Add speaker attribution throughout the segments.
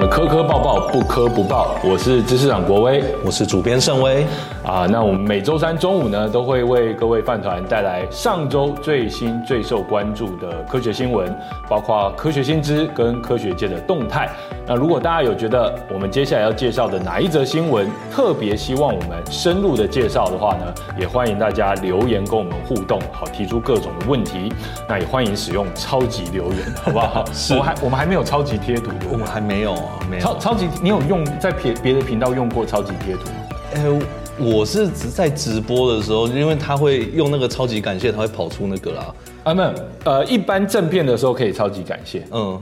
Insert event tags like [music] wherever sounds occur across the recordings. Speaker 1: 的磕磕抱抱，不磕不抱。我是知识长国威
Speaker 2: 我是主编盛威，
Speaker 1: 啊，那我们每周三中午呢，都会为各位饭团带来上周最新最受关注的科学新闻，包括科学新知跟科学界的动态。那如果大家有觉得我们接下来要介绍的哪一则新闻特别希望我们深入的介绍的话呢，也欢迎大家留言跟我们互动，好提出各种的问题。那也欢迎使用超级留言，好不好？
Speaker 2: 是
Speaker 1: 我们还我们还没有超级贴图，对不
Speaker 2: 我
Speaker 1: 对
Speaker 2: 们还没有啊，没
Speaker 1: 超
Speaker 2: 有。
Speaker 1: 超级，你有用在别别的频道用过超级贴图吗？
Speaker 2: 哎、我是只在直播的时候，因为他会用那个超级感谢，他会跑出那个啦。
Speaker 1: 啊，没有，呃，一般正片的时候可以超级感谢，
Speaker 2: 嗯，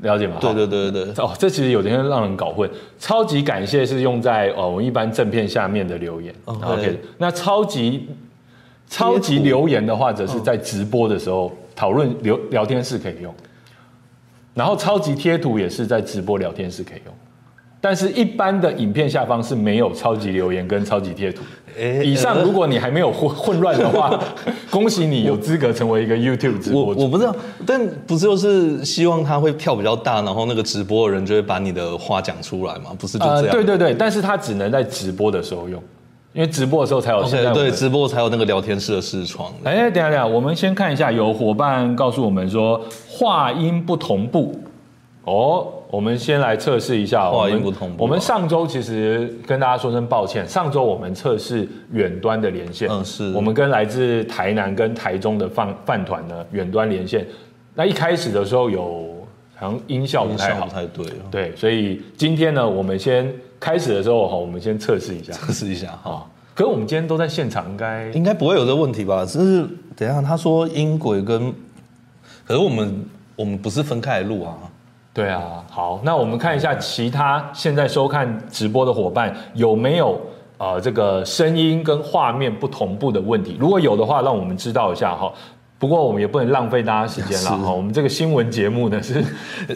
Speaker 1: 了解吗？
Speaker 2: 对对对对对，
Speaker 1: 好。哦，这其实有点让人搞混。超级感谢是用在哦，我们一般正片下面的留言。啊
Speaker 2: 哦
Speaker 1: OK，
Speaker 2: 对
Speaker 1: 那超级超级留言的话，则
Speaker 2: 哦
Speaker 1: 是在直播的时候讨论聊聊天室可以用，然后超级贴图也是在直播聊天室可以用，但是一般的影片下方是没有超级留言跟超级贴图。[laughs]
Speaker 2: 哎
Speaker 1: 以上，如果你还没有混混乱的
Speaker 2: [laughs]
Speaker 1: 话，恭喜你有资格成为一个 YouTube 直
Speaker 2: 我
Speaker 1: 播主。
Speaker 2: 我不知道，但不就是希望他会跳比较大，然后那个直播的人就会把你的话讲出来嘛？不是就这
Speaker 1: 呃，
Speaker 2: 样？
Speaker 1: 对对对，但是它只能在直播的时候用，因为直播的时候才有现在
Speaker 2: OK，
Speaker 1: 我们
Speaker 2: 哦对，直播才有那个聊天室的视窗。
Speaker 1: 哎，等一下等一下，我们先看一下，有伙伴告诉我们说话音不同步。哦，我们先来测试一下
Speaker 2: 话音
Speaker 1: 我们
Speaker 2: 不同步
Speaker 1: 我们上周其实跟大家说声抱歉，上周我们测试远端的连线，
Speaker 2: 嗯是
Speaker 1: 我们跟来自台南跟台中的饭饭团呢远端连线。那一开始的时候有好像音效不太
Speaker 2: 效
Speaker 1: 好
Speaker 2: 不，太对，
Speaker 1: 对，所以今天呢，我们先开始的时候哈，我们先测试一下
Speaker 2: 测试一下哈。
Speaker 1: 啊。可是我们今天都在现场，应该
Speaker 2: 应该不会有这个问题吧？只是等一下他说音轨跟，可是我们我们不是分开来录啊。
Speaker 1: 对啊。好，那我们看一下其他现在收看直播的伙伴有没有呃这个声音跟画面不同步的问题。如果有的话，让我们知道一下哈。不过我们也不能浪费大家时间了哈。我们这个新闻节目呢是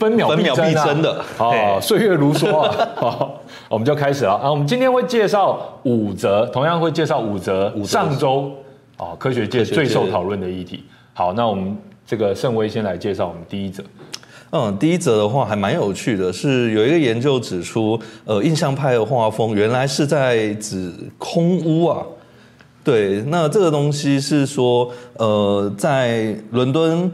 Speaker 1: 分秒
Speaker 2: 分秒必
Speaker 1: 啊
Speaker 2: 争的
Speaker 1: 哦
Speaker 2: 嘿，
Speaker 1: 岁月如梭啊。 [laughs] 好，我们就开始了啊。我们今天会介绍五则，同样会介绍五则
Speaker 2: 五则
Speaker 1: 上周哦科学界
Speaker 2: 学界
Speaker 1: 最受讨论的议题。好，那我们这个盛威先来介绍我们第一则。
Speaker 2: 嗯，第一则的话还蛮有趣的，是有一个研究指出，呃，印象派的画风原来是在指空屋啊。对，那这个东西是说，呃，在伦敦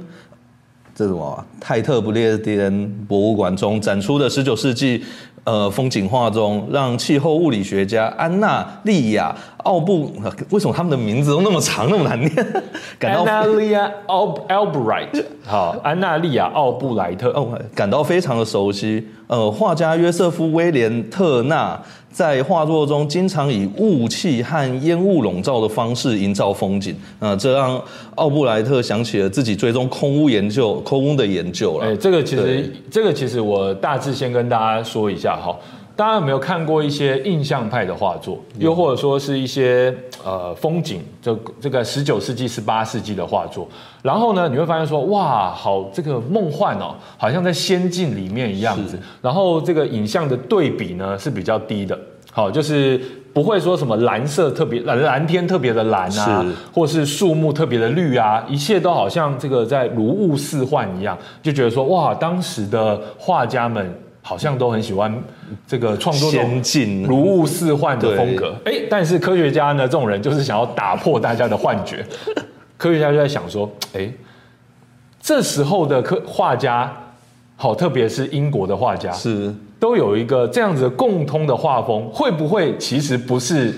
Speaker 2: 这什么啊泰特不列颠博物馆中展出的十九世纪呃风景画中，让气候物理学家安娜利亚奥布，呃为什么他们的名字都那么长那么难念？ [laughs] 感到
Speaker 1: 安娜利亚奥 Albright，好，安娜利亚奥布莱特。
Speaker 2: 哦，感到非常的熟悉。呃，画家约瑟夫·威廉特纳在画作中经常以雾气和烟雾笼罩的方式营造风景，那、这让奥布莱特想起了自己追踪空屋研究、空屋的研究了。
Speaker 1: 哎、这个其实
Speaker 2: 对，
Speaker 1: 这个其实我大致先跟大家说一下哈。大家有没有看过一些印象派的画作，又或者说是一些呃风景，这这个十九世纪、十八世纪的画作？然后呢，你会发现说，哇，好这个梦幻哦，好像在仙境里面一样子。然后这个影像的对比呢是比较低的，好，就是不会说什么蓝色特别蓝蓝天特别的蓝啊
Speaker 2: 是，
Speaker 1: 或是树木特别的绿啊，一切都好像这个在如雾似幻一样，就觉得说哇，当时的画家们好像都很喜欢这个创作这种
Speaker 2: 先进
Speaker 1: 如雾似幻的风格。哎，但是科学家呢，这种人就是想要打破大家的幻觉。科学家就在想说，哎，这时候的科画家，好，特别是英国的画家，
Speaker 2: 是
Speaker 1: 都有一个这样子的共通的画风，会不会其实不是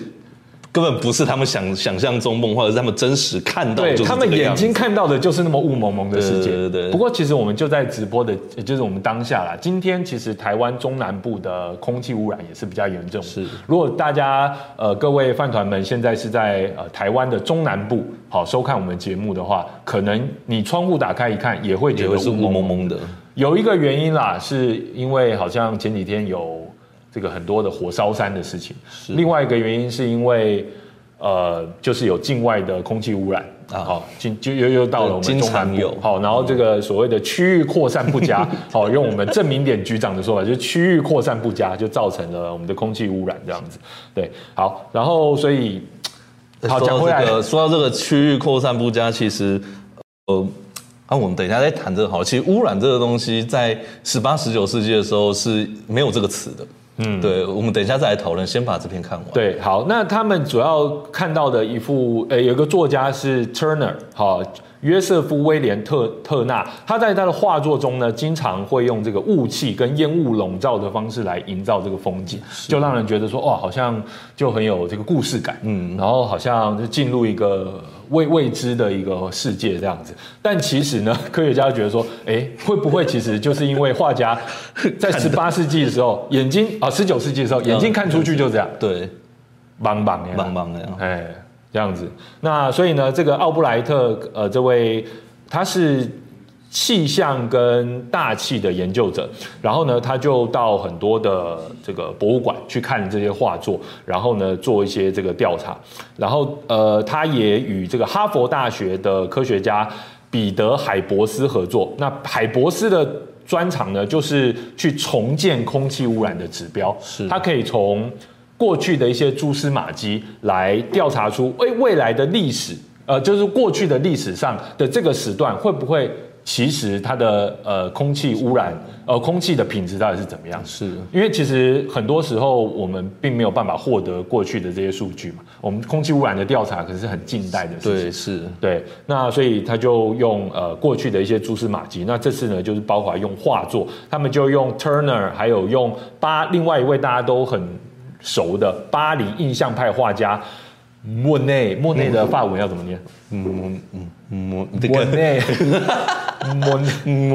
Speaker 2: 根本不是他们想想象中梦幻，而是他们真实看到
Speaker 1: 对
Speaker 2: 就是
Speaker 1: 他们
Speaker 2: 这个
Speaker 1: 眼
Speaker 2: 样子
Speaker 1: 睛看到的就是那么雾蒙蒙的世界。
Speaker 2: 对对对对
Speaker 1: 不过其实我们就在直播的，也就是我们当下啦。今天其实台湾中南部的空气污染也是比较严重。
Speaker 2: 是，
Speaker 1: 如果大家呃各位饭团们现在是在呃台湾的中南部好收看我们节目的话，可能你窗户打开一看也会觉
Speaker 2: 也
Speaker 1: 得
Speaker 2: 会是
Speaker 1: 雾
Speaker 2: 雾
Speaker 1: 蒙蒙
Speaker 2: 蒙蒙的。
Speaker 1: 有一个原因啦，是因为好像前几天有这个很多的火烧山的事情。另外一个原因是因为，呃，就是有境外的空气污染
Speaker 2: 啊
Speaker 1: 好，进就又又到了我们
Speaker 2: 对
Speaker 1: 中南
Speaker 2: 经常
Speaker 1: 部
Speaker 2: 有，
Speaker 1: 好，然后这个所谓的区域扩散不
Speaker 2: [laughs]
Speaker 1: 佳，好，用我们郑明典局长的说法，就是区域扩散不佳，就造成了我们的空气污染这样子。对，好，然后所以，好，
Speaker 2: 说
Speaker 1: 讲
Speaker 2: 到
Speaker 1: 回来
Speaker 2: 这，个，说到这个区域扩散不佳，其实呃，啊，我们等一下再谈这个好。其实污染这个东西，在十八、十九世纪的时候是没有这个词的。嗯，对，我们等一下再来讨论，先把这篇看完。
Speaker 1: 对，好，那他们主要看到的一幅，呃，有一个作家是 Turner，好、约瑟夫·威廉特特纳，他在他的画作中呢，经常会用这个雾气跟烟雾笼罩的方式来营造这个风景，就让人觉得说，哇，哦好像就很有这个故事感，嗯，然后好像就进入一个未未知的一个世界这样子。但其实呢，科学家觉得说，哎，会不会其实就是因为画家在十八世纪的时候，眼睛啊，十九世纪的时候，眼睛看出去就这样，
Speaker 2: 对，
Speaker 1: 啊茫茫呀，
Speaker 2: 茫茫的啊。
Speaker 1: 哎，这样子。那所以呢，这个奥布莱特呃，这位他是气象跟大气的研究者，然后呢，他就到很多的这个博物馆去看这些画作，然后呢，做一些这个调查。然后呃，他也与这个哈佛大学的科学家彼得海伯斯合作。那海伯斯的专长呢，就是去重建空气污染的指标，
Speaker 2: 是
Speaker 1: 他可以从过去的一些蛛丝马迹来调查出未未来的历史，呃，就是过去的历史上的这个时段会不会其实它的呃空气污染，呃空气的品质到底是怎么样？
Speaker 2: 是
Speaker 1: 因为其实很多时候我们并没有办法获得过去的这些数据嘛，我们空气污染的调查可是很近代的事情。
Speaker 2: 对，是
Speaker 1: 对，那所以他就用呃过去的一些蛛丝马迹，那这次呢就是包括用画作，他们就用 Turner，还有用巴另外一位大家都很熟的巴黎印象派画家莫内，莫内的法文要怎么念？
Speaker 2: 嗯嗯嗯，这
Speaker 1: 莫
Speaker 2: 个
Speaker 1: 内，莫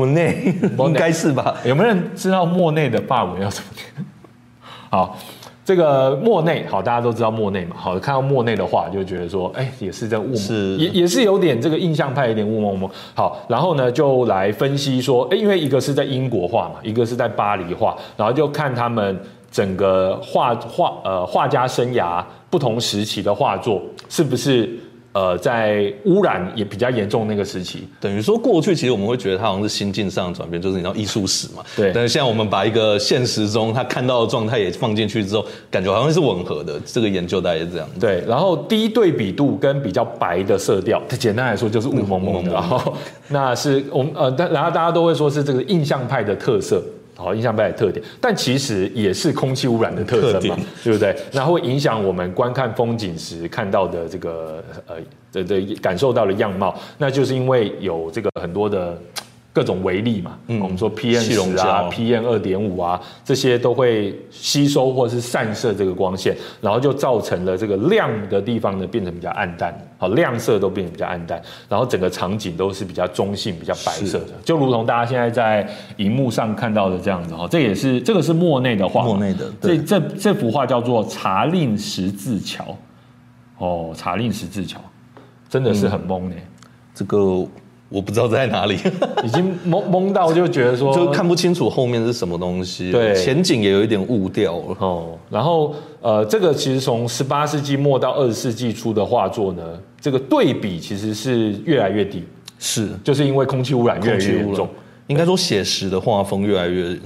Speaker 1: 内
Speaker 2: 莫内应该是吧？
Speaker 1: 有没有人知道莫内的法文要怎么念？ [laughs] 好，这个莫内，好，大家都知道莫内嘛。好，看到莫内的话，就觉得说，哎、也是在雾蒙
Speaker 2: 是
Speaker 1: 也也是有点这个印象派，有点雾蒙蒙。好，然后呢，就来分析说，哎、因为一个是在英国画嘛，一个是在巴黎画，然后就看他们整个画画呃画家生涯不同时期的画作是不是。呃，在污染也比较严重那个时期，
Speaker 2: 等于说，过去其实我们会觉得它好像是心境上的转变，就是你知道艺术史嘛。
Speaker 1: 对
Speaker 2: 但是现在我们把一个现实中他看到的状态也放进去之后，感觉好像是吻合的。这个研究大概是这样。
Speaker 1: 对，然后低对比度跟比较白的色调，简单来说就是雾蒙蒙的。然后那是我们呃，但然后大家都会说是这个印象派的特色。好，印象派的特点，但其实也是空气污染的特
Speaker 2: 特
Speaker 1: 征嘛
Speaker 2: 点，
Speaker 1: [laughs] 对不对？那会影响我们观看风景时看到的这个呃的的感受到的样貌，那就是因为有这个很多的各种微粒嘛，我们说 PM
Speaker 2: 气溶
Speaker 1: 十
Speaker 2: 胶
Speaker 1: 啊、PM 二点五啊，这些都会吸收或是散射这个光线，然后就造成了这个亮的地方呢变成比较暗淡，好亮色都变得比较暗淡，然后整个场景都是比较中性、比较白色的，就如同大家现在在荧幕上看到的这样子哈，这也是这个是莫内的画，
Speaker 2: 莫内的
Speaker 1: 这
Speaker 2: 对
Speaker 1: 这这幅画叫做《查令十字桥》，哦，《查令十字桥》真的
Speaker 2: 嗯
Speaker 1: 是很懵呢、
Speaker 2: 这个我不知道在
Speaker 1: [laughs]
Speaker 2: 哪里，
Speaker 1: 已经懵懵到就觉得说
Speaker 2: 就看不清楚后面是什么东西。
Speaker 1: 对
Speaker 2: 前景也有一点雾掉了。
Speaker 1: 哦，然后呃，这个其实从十八世纪末到二十世纪初的画作呢，这个对比其实是越来越低，
Speaker 2: 是，
Speaker 1: 就是因为空气污染越来
Speaker 2: 空气
Speaker 1: 越
Speaker 2: 污
Speaker 1: 严
Speaker 2: 染
Speaker 1: 重。。
Speaker 2: 应该说，写实的画风越来越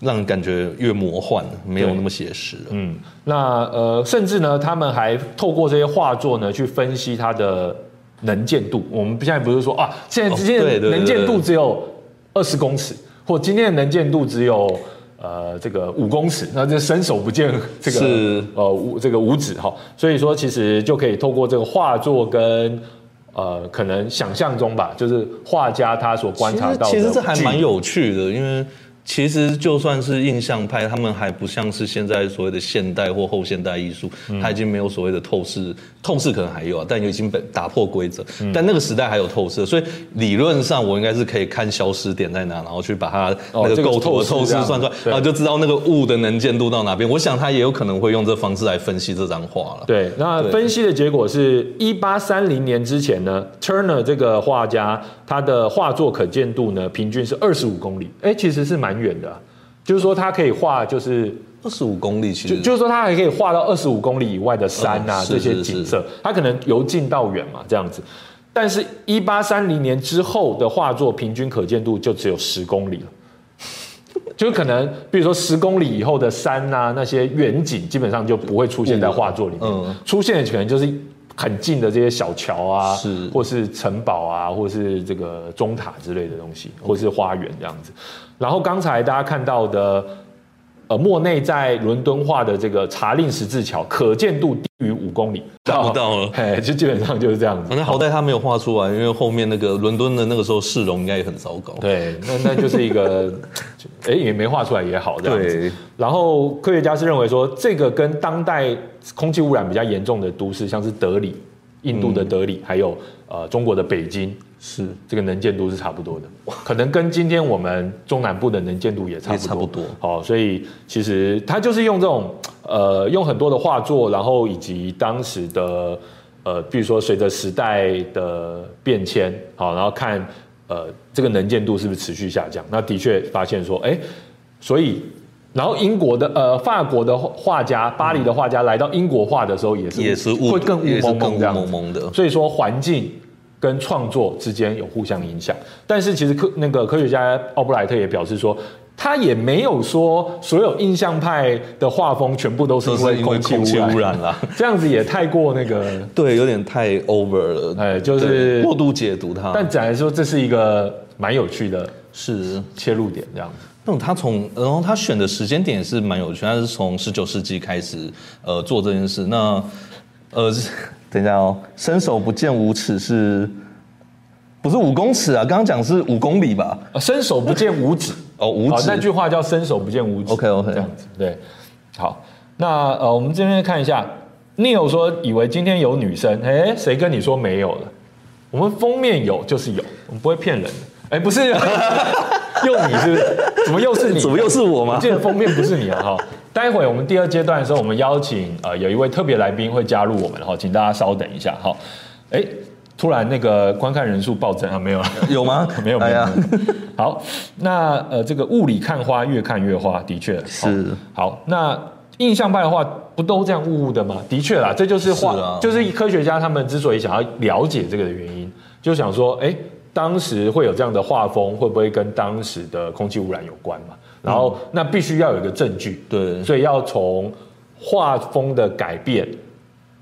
Speaker 2: 让人感觉越魔幻了，没有那么写实了。
Speaker 1: 嗯，那呃，甚至呢，他们还透过这些画作呢，去分析它的能见度。我们现在不是说啊，现在
Speaker 2: 哦
Speaker 1: 之间
Speaker 2: 对对
Speaker 1: 的
Speaker 2: 对
Speaker 1: 能见度只有二十公尺，或今天的能见度只有呃这个五公尺，那就伸手不见这个
Speaker 2: 是
Speaker 1: 呃五这个五指哈。所以说，其实就可以透过这个画作跟。呃，可能想象中吧，就是画家他所观察到的
Speaker 2: 其实其实这还
Speaker 1: 距离
Speaker 2: 蛮有趣的，因为其实就算是印象派，他们还不像是现在所谓的现代或后现代艺术，
Speaker 1: 嗯
Speaker 2: 它已经没有所谓的透视，透视可能还有啊，但已经被打破规则。
Speaker 1: 嗯
Speaker 2: 但那个时代还有透视，所以理论上我应该是可以看消失点在哪，然后去把它
Speaker 1: 哦
Speaker 2: 那
Speaker 1: 这个
Speaker 2: 个构图的
Speaker 1: 透
Speaker 2: 透
Speaker 1: 视
Speaker 2: 视
Speaker 1: 这样
Speaker 2: 算出来，
Speaker 1: 对
Speaker 2: 然后就知道那个物的能见度到哪边。我想他也有可能会用这方式来分析这张画了。
Speaker 1: 对，那
Speaker 2: 对
Speaker 1: 分析的结果是，一八三零年之前呢，Turner 这个画家他的画作可见度呢，平均是二十五公里，哎、其实是蛮远的啊、就是说他可以画，就是
Speaker 2: 二十五公里其
Speaker 1: 就
Speaker 2: 实
Speaker 1: 就是说他还可以画到二十五公里以外的山啊、
Speaker 2: 嗯是
Speaker 1: 这些
Speaker 2: 是
Speaker 1: 景
Speaker 2: 是
Speaker 1: 色，他可能由近到远嘛这样子。但是，一八三零年之后的画作平均可见度就只有十公里了。 [laughs] 就是可能，比如说十公里以后的山啊，那些远景基本上就不会出现在画作里面，
Speaker 2: 嗯
Speaker 1: 出现的可能就是很近的这些小桥啊，
Speaker 2: 是
Speaker 1: 或是城堡啊，或是这个钟塔之类的东西，或是花园这样子。然后刚才大家看到的，呃，莫内在伦敦画的这个查令十字桥，可见度低于五公里，
Speaker 2: 达不到
Speaker 1: [laughs]
Speaker 2: 了。哦
Speaker 1: 嘿，就基本上就是这样子
Speaker 2: 反。正好歹他没有画出来，因为后面那个伦敦的那个时候市容应该也很糟糕。
Speaker 1: 对，那那就是一
Speaker 2: [laughs]
Speaker 1: 个，哎、也没画出来也好这样子。
Speaker 2: 对，
Speaker 1: 然后科学家是认为说，这个跟当代空气污染比较严重的都市，像是德里、印度的德里，还有呃中国的北京，
Speaker 2: 嗯是
Speaker 1: 这个能见度是差不多的，可能跟今天我们中南部的能见度也差
Speaker 2: 也
Speaker 1: 不多。
Speaker 2: 差不多。
Speaker 1: 好、所以其实他就是用这种呃，用很多的画作，然后以及当时的呃，比如说随着时代的变迁，好、然后看呃这个能见度是不是持续下降。那的确发现说，哎，所以。然后英国的呃法国的画家，巴黎的画家来到英国画的时候也是
Speaker 2: 也是雾，
Speaker 1: 会更雾
Speaker 2: 也是
Speaker 1: 蒙
Speaker 2: 更
Speaker 1: 蒙
Speaker 2: 雾
Speaker 1: 这样子
Speaker 2: 蒙蒙的。
Speaker 1: 所以说环境跟创作之间有互相影响。但是其实科那个科学家奥布莱特也表示说。他也没有说所有印象派的画风全部都是
Speaker 2: 都
Speaker 1: 因
Speaker 2: 是
Speaker 1: 为
Speaker 2: 因为空
Speaker 1: 空气
Speaker 2: 气
Speaker 1: 污染，
Speaker 2: 污染啦，
Speaker 1: [laughs] 这样子也太过那个，
Speaker 2: [laughs] 对，有点太 over 了，
Speaker 1: 哎，就
Speaker 2: 对
Speaker 1: 是
Speaker 2: 过。度解读它。
Speaker 1: 但展来说，这是一个蛮有趣的
Speaker 2: 是
Speaker 1: 切入点，这样子。
Speaker 2: 那种他从，然后他选的时间点也是蛮有趣，他是从十九世纪开始，呃，做这件事。那，呃， [laughs] 等一下哦，伸手不见五尺是，不是五公尺啊？刚刚讲是五公里吧？
Speaker 1: 啊伸手不见五指，
Speaker 2: 哦，五
Speaker 1: 好，
Speaker 2: 指。
Speaker 1: 那句话叫伸手不见五指。
Speaker 2: OK，OK
Speaker 1: 这样子对。好，那呃，我们这边看一下，Neil 说以为今天有女生，哎，谁跟你说没有了？我们封面有就是有，我们不会骗人的。哎，不是， [laughs] 又你是不是？怎么又是你？啊
Speaker 2: 怎么又是我吗
Speaker 1: 我记得封面不是你啊哈。待会我们第二阶段的时候，我们邀请呃有一位特别来宾会加入我们哈，请大家稍等一下哈。哎，突然那个观看人数暴增啊，没有了。？
Speaker 2: 有吗
Speaker 1: 没有没
Speaker 2: 哎
Speaker 1: 有
Speaker 2: 呀。
Speaker 1: 没有。好，那呃，这个雾里看花，越看越花，的确哦
Speaker 2: 是
Speaker 1: 好好。那印象派的话，不都这样雾雾的吗？的确啦，这就是画，
Speaker 2: 是啊
Speaker 1: 就是科学家他们之所以想要了解这个的原因，就想说，哎、当时会有这样的画风，会不会跟当时的空气污染有关嘛？然后、那必须要有一个证据，
Speaker 2: 嗯对
Speaker 1: 所以要从画风的改变、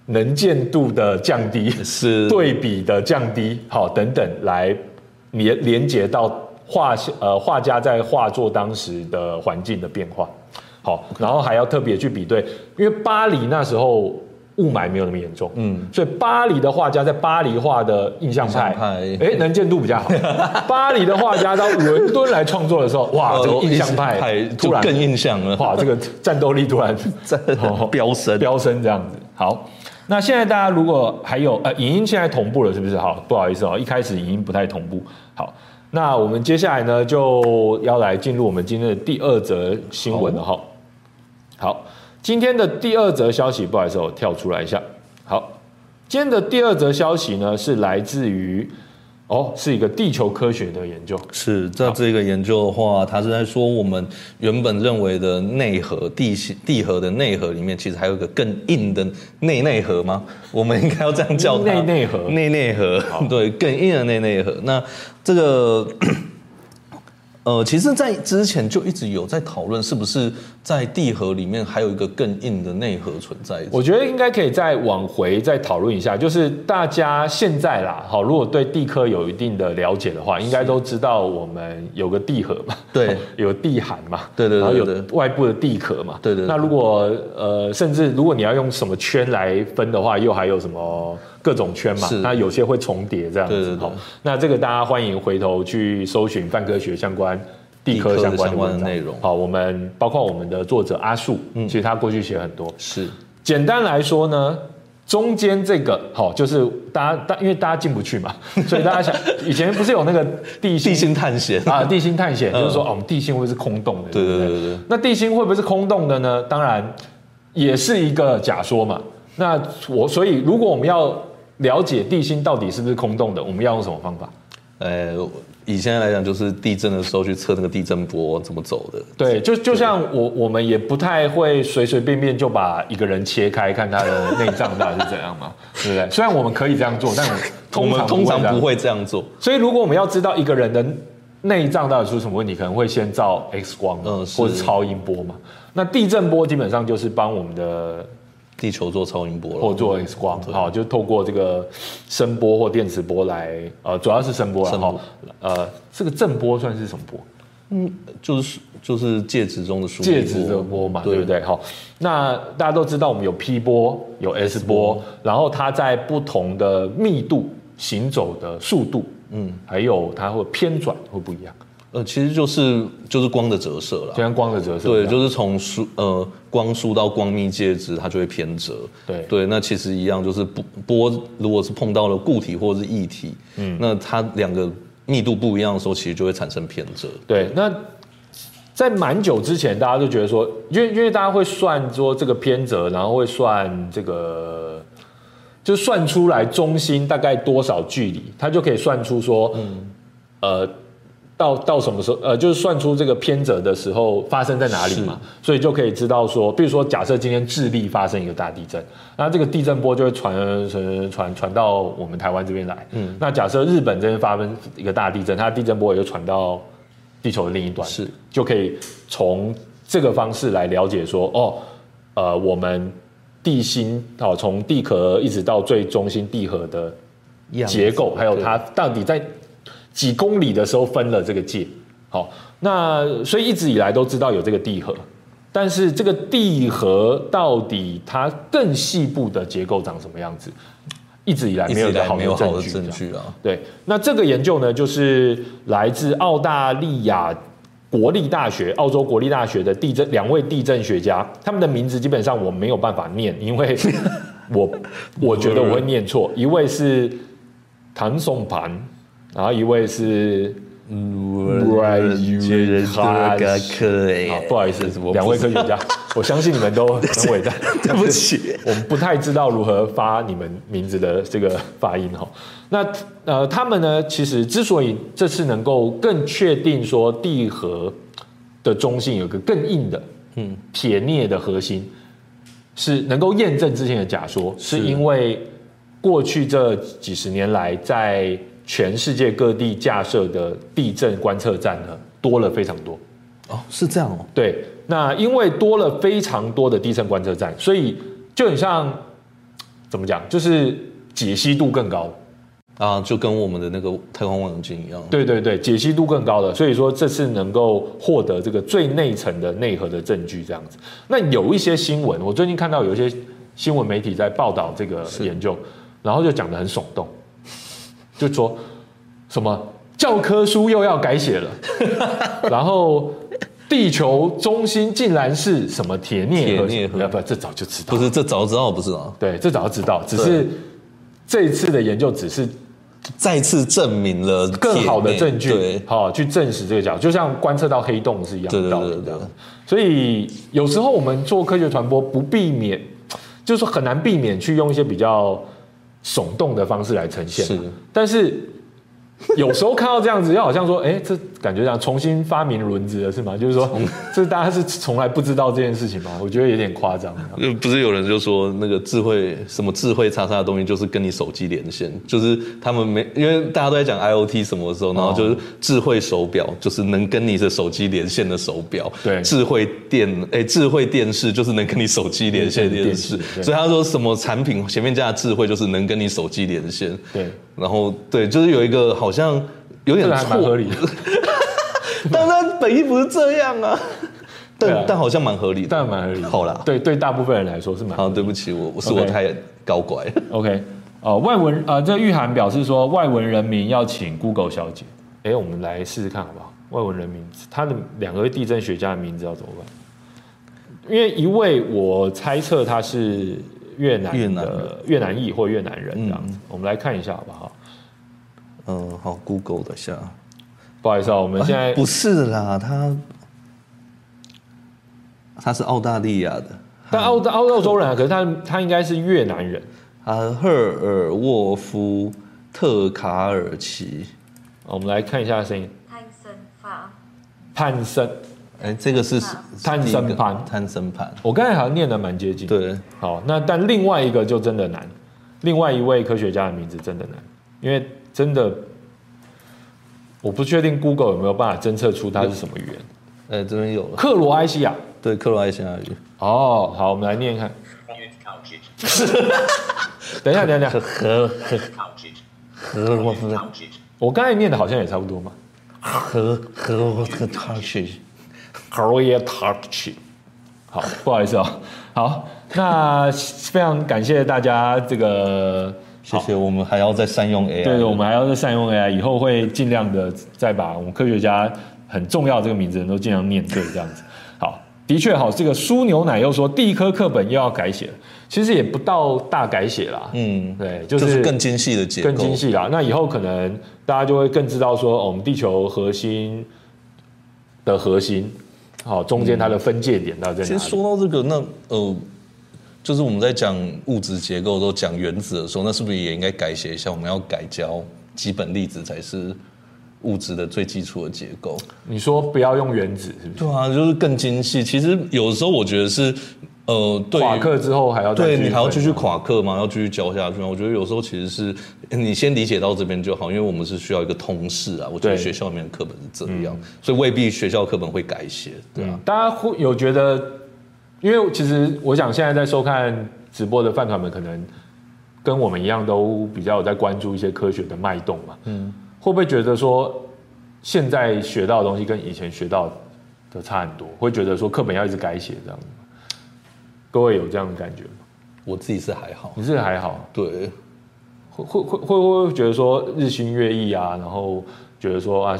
Speaker 1: 能见度的降低，
Speaker 2: 是，
Speaker 1: 对比的降低，好等等来连连接到画呃画家在画作当时的环境的变化，好，然后还要特别去比对，因为巴黎那时候雾霾没有那么严重，嗯，所以巴黎的画家在巴黎画的印象派
Speaker 2: 印象派，
Speaker 1: 哎，能见度比较
Speaker 2: [laughs]
Speaker 1: 好。巴黎的画家到伦敦来创作的时候，哇，
Speaker 2: 呃
Speaker 1: 这个印象
Speaker 2: 派
Speaker 1: 派
Speaker 2: 就
Speaker 1: 突然
Speaker 2: 更印象了，
Speaker 1: 哇，这个战斗力突
Speaker 2: [laughs]
Speaker 1: 然
Speaker 2: 在
Speaker 1: 哦
Speaker 2: 飙升。
Speaker 1: 飙升这样子。好，那现在大家如果还有呃，影音现在同步了，是不是？好，不好意思哦，一开始影音不太同步。好，那我们接下来呢就要来进入我们今天的第二则新闻了哈。好，今天的第二则消息，不好意思哦，我跳出来一下。好，今天的第二则消息呢是来自于哦，是一个地球科学的研究。
Speaker 2: 是，在这个研究的话，它是在说我们原本认为的内核地形地核的内核里面，其实还有一个更硬的内内核吗？我们应该要这样叫它
Speaker 1: 内内核哦
Speaker 2: 内内核，对，更硬的内内核。那这个。呃，其实，在之前就一直有在讨论，是不是在地核里面还有一个更硬的内核存在着？
Speaker 1: 我觉得应该可以再往回再讨论一下，就是大家现在啦，好，如果对地科有一定的了解的话，应该都知道我们有个地核嘛，
Speaker 2: 对，
Speaker 1: 有地函嘛，
Speaker 2: 对对对
Speaker 1: 然后
Speaker 2: 对
Speaker 1: 有外部的地壳嘛，
Speaker 2: 对对对
Speaker 1: 那如果呃，甚至如果你要用什么圈来分的话，又还有什么各种圈嘛
Speaker 2: 是，
Speaker 1: 那有些会重叠这样子。
Speaker 2: 对对对
Speaker 1: 好，那这个大家欢迎回头去搜寻泛科学相关。地科
Speaker 2: 地科
Speaker 1: 相
Speaker 2: 的
Speaker 1: 关
Speaker 2: 相
Speaker 1: 的
Speaker 2: 关的
Speaker 1: 文章
Speaker 2: 内容嗯
Speaker 1: 好，我们包括我们的作者阿树，其实他过去写很多，
Speaker 2: 是
Speaker 1: 简单来说呢，中间这个好、就是大家大，因为大家进不去嘛， [laughs] 所以大家想，以前不是有那个地
Speaker 2: 地
Speaker 1: 心
Speaker 2: 心探险，嗯
Speaker 1: 啊，地心探险，就是说哦，我们地心会不会是空洞的？
Speaker 2: 对
Speaker 1: 不
Speaker 2: 对对对对
Speaker 1: 那地心会不会是空洞的呢？当然也是一个假说嘛。那我所以如果我们要了解地心到底是不是空洞的，我们要用什么方法？
Speaker 2: 呃，以现在来讲，就是地震的时候去测那个地震波怎么走的，
Speaker 1: 对，就就像我我们也不太会随随便便就把一个人切开看他的内脏
Speaker 2: [laughs]
Speaker 1: 到底是怎样嘛，对不对？虽然我们可以这样做，但我们
Speaker 2: 我
Speaker 1: 通
Speaker 2: 们
Speaker 1: 常
Speaker 2: 通常
Speaker 1: 这样
Speaker 2: 不。会这样做。
Speaker 1: 所以如果我们要知道一个人的内脏到底出什么问题，可能会先照 X 光嘛，
Speaker 2: 嗯是
Speaker 1: 或者超音波嘛。那地震波基本上就是帮我们的
Speaker 2: 地球做超音波了，
Speaker 1: 或做 X 光，好，就透过这个声波或电磁波来，呃，主要是声波了
Speaker 2: 声
Speaker 1: 哈
Speaker 2: 波，
Speaker 1: 呃，这个震波算是什么波？
Speaker 2: 就是就是介质中的舒密
Speaker 1: 介质的波嘛，对不？对？好，那大家都知道我们有 P 波，有 S 波，然后它在不同的密度行走的速度，嗯，还有它会偏转会不一样，
Speaker 2: 呃，其实就是就是光的折射啦
Speaker 1: 就。像光的折射一
Speaker 2: 对，
Speaker 1: 样，
Speaker 2: 就是从输呃光输到光密介质，它就会偏折。
Speaker 1: 对
Speaker 2: 对，那其实一样，就是波波如果是碰到了固体或是液体，嗯，那它两个密度不一样的时候，其实就会产生偏折。
Speaker 1: 对，那在蛮久之前，大家都觉得说，因为因为大家会算说这个偏折，然后会算这个，就算出来中心大概多少距离，它就可以算出说，呃，到到什么时候，呃，就是算出这个偏折的时候发生在哪里嘛，所以就可以知道说，比如说假设今天智利发生一个大地震，那这个地震波就会传传传传到我们台湾这边来，嗯，那假设日本这边发生一个大地震，它的地震波也就传到地球的另一端，
Speaker 2: 是
Speaker 1: 就可以从这个方式来了解说，哦，呃，我们地心哦，从地壳一直到最中心地核的
Speaker 2: 样子
Speaker 1: 结构，还有
Speaker 2: 对
Speaker 1: 它到底在几公里的时候分了这个界。好，那所以一直以来都知道有这个地核，但是这个地核到底它更细部的结构长什么样子，一直以来
Speaker 2: 一
Speaker 1: 没
Speaker 2: 直
Speaker 1: 有
Speaker 2: 以
Speaker 1: 一个
Speaker 2: 来
Speaker 1: 好
Speaker 2: 没
Speaker 1: 的
Speaker 2: 有好
Speaker 1: 证
Speaker 2: 的
Speaker 1: 据。
Speaker 2: 证据啊。
Speaker 1: 对，那这个研究呢，就是来自澳大利亚国立大学、澳洲国立大学的地震两位地震学家，他们的名字基本上我没有办法念，因
Speaker 2: [laughs]
Speaker 1: 为我我觉得我会念错。一位是唐宋盘，然后一位是
Speaker 2: 嗯我觉得这个可以
Speaker 1: 啊， [laughs] 不好意思
Speaker 2: 这是我，
Speaker 1: 两位科学家，我相信你们都很伟大。
Speaker 2: [laughs] 对不起，
Speaker 1: 我们不太知道如何发你们名字的这个发音哈。那呃，他们呢，其实之所以这次能够更确定说地核的中心有一个更硬的，嗯，铁镍的核心，是能够验证之前的假说，是因为过去这几十年来，在全世界各地架设的地震观测站呢，多了非常多。
Speaker 2: 哦，是这样哦，
Speaker 1: 对，那因为多了非常多的地震观测站，所以就很像怎么讲，就是解析度更高。
Speaker 2: 啊，就跟我们的那个太空望远镜一样，
Speaker 1: 对对对，解析度更高了，所以说这次能够获得这个最内层的内核的证据，这样子。那有一些新闻，我最近看到有一些新闻媒体在报道这个研究，然后就讲得很耸动，就说什么教科书又要改写
Speaker 2: [laughs]
Speaker 1: 了，然后地球中心竟然是什么铁镍核
Speaker 2: 铁
Speaker 1: 心，
Speaker 2: 镍核
Speaker 1: 不，这早就知道
Speaker 2: 不
Speaker 1: 了，
Speaker 2: 是这早知道不是啊，
Speaker 1: 对，这早就知道，只是这一次的研究只是
Speaker 2: 再次证明了
Speaker 1: 更好的
Speaker 2: 铁面
Speaker 1: 证据
Speaker 2: 对，，
Speaker 1: 好、去证实这个假，就像观测到黑洞是一样
Speaker 2: 对
Speaker 1: 的
Speaker 2: 对
Speaker 1: 道理
Speaker 2: 对对
Speaker 1: 这样
Speaker 2: 对。
Speaker 1: 所以有时候我们做科学传播，不避免，就是很难避免去用一些比较耸动的方式来呈现。
Speaker 2: 是
Speaker 1: 但是有时候看到这样子，又好像说，哎、这感觉像重新发明轮子了，是吗？就是说，这大家是从来不知道这件事情吗？我觉得有点夸张。啊
Speaker 2: 呃，不是有人就说那个智慧什么智慧叉叉的东西，就是跟你手机连线，就是他们没，因为大家都在讲 IOT 什么的时候，然
Speaker 1: 哦
Speaker 2: 后就是智慧手表，就是能跟你的手机连线的手表，
Speaker 1: 对
Speaker 2: 智慧电哎、智慧电视就是能跟你手机连线的电视
Speaker 1: 电视，对
Speaker 2: 所以他说什么产品前面加的智慧就是能跟你手机连线，
Speaker 1: 对，
Speaker 2: 然后对，就是有一个好像
Speaker 1: 这
Speaker 2: 有点
Speaker 1: 个还蛮
Speaker 2: 错
Speaker 1: 合，理的，
Speaker 2: 但他本意不是这样啊，
Speaker 1: 对
Speaker 2: 但、
Speaker 1: 啊
Speaker 2: 但好像蛮合理的，
Speaker 1: 但蛮合理的。
Speaker 2: 好啦。
Speaker 1: 对对，大部分人来说是蛮
Speaker 2: 好，对不起，我我是我
Speaker 1: OK
Speaker 2: 太高拐了。
Speaker 1: OK，呃，外文呃，这玉涵表示说，外文人民要请 Google 小姐。哎，我们来试试看好不好？外文人民，他的两个地震学家的名字要怎么办？因为一位我猜测他是越南的
Speaker 2: 越南人
Speaker 1: 越南裔或越南人这样子，我们来看一下好不好？
Speaker 2: 嗯，好，Google 的下。
Speaker 1: 不好意思啊，我们现在、
Speaker 2: 哎不是啦，他他是澳大利亚的，
Speaker 1: 但澳澳澳洲人啊，可是他他应该是越南人，
Speaker 2: 啊，赫尔沃夫特卡尔奇。
Speaker 1: 我们来看一下声音，
Speaker 3: thanh sơn phạ
Speaker 1: 潘森，
Speaker 2: 哎，这个是
Speaker 1: 探
Speaker 2: 是一个
Speaker 1: 生盘
Speaker 2: 探生盘。
Speaker 1: 我刚才好像念的蛮接近的，
Speaker 2: 对，
Speaker 1: 好，那但另外一个就真的难，另外一位科学家的名字真的难，因为真的我不确定 Google 有没有办法侦测出它是什么语言。
Speaker 2: 哎，这边有了。
Speaker 1: 克罗埃西亚。
Speaker 2: 对，克罗埃西亚语。
Speaker 1: 哦，好，我们来念一看。
Speaker 4: Kaliningrad County
Speaker 1: 等一下，等一下，等一下，
Speaker 2: 和和
Speaker 3: counted.
Speaker 2: 和呃我不
Speaker 3: Counted.
Speaker 1: 我刚才念的好像也差不多嘛。
Speaker 2: 和和我的 touch，
Speaker 1: Korea Touch。好，不好意思哦。好，那非常感谢大家这个。
Speaker 2: 谢谢。我们还要再善用 AI。
Speaker 1: 对，我们还要再善用 AI，以后会尽量的再把我们科学家很重要这个名字都尽量念对，这样子。好，的确好，这个苏牛奶又说第一科课本又要改写了，其实也不到大改写啦，
Speaker 2: 嗯，
Speaker 1: 对，就
Speaker 2: 就是是更精细的结构，
Speaker 1: 更精细啦。那以后可能大家就会更知道说，哦我们地球核心的核心，好、中间它的分界点到底在
Speaker 2: 其
Speaker 1: 哪
Speaker 2: 实
Speaker 1: 里？
Speaker 2: 说到这个，那呃，就是我们在讲物质结构、都讲原子的时候，那是不是也应该改写一下？我们要改教基本粒子才是物质的最基础的结构。
Speaker 1: 你说不要用原子，是不是？
Speaker 2: 对啊，就是更精细。其实有时候我觉得是，呃，对于
Speaker 1: 垮课之后还要再
Speaker 2: 对你还要
Speaker 1: 分
Speaker 2: 继续垮课吗？要继续教下去吗？我觉得有时候其实是你先理解到这边就好，因为我们是需要一个通识啊。我觉得
Speaker 1: 对
Speaker 2: 学校里面的课本是这样，所以未必学校课本会改写，对啊。
Speaker 1: 大家会有觉得，因为其实我想现在在收看直播的饭团们，可能跟我们一样都比较有在关注一些科学的脉动嘛。嗯，会不会觉得说现在学到的东西跟以前学到的差很多？会觉得说课本要一直改写这样子吗？各位有这样的感觉吗？
Speaker 2: 我自己是还好，
Speaker 1: 你是还好，
Speaker 2: 对。
Speaker 1: 会会会会不会觉得说日新月异啊，然后觉得说啊，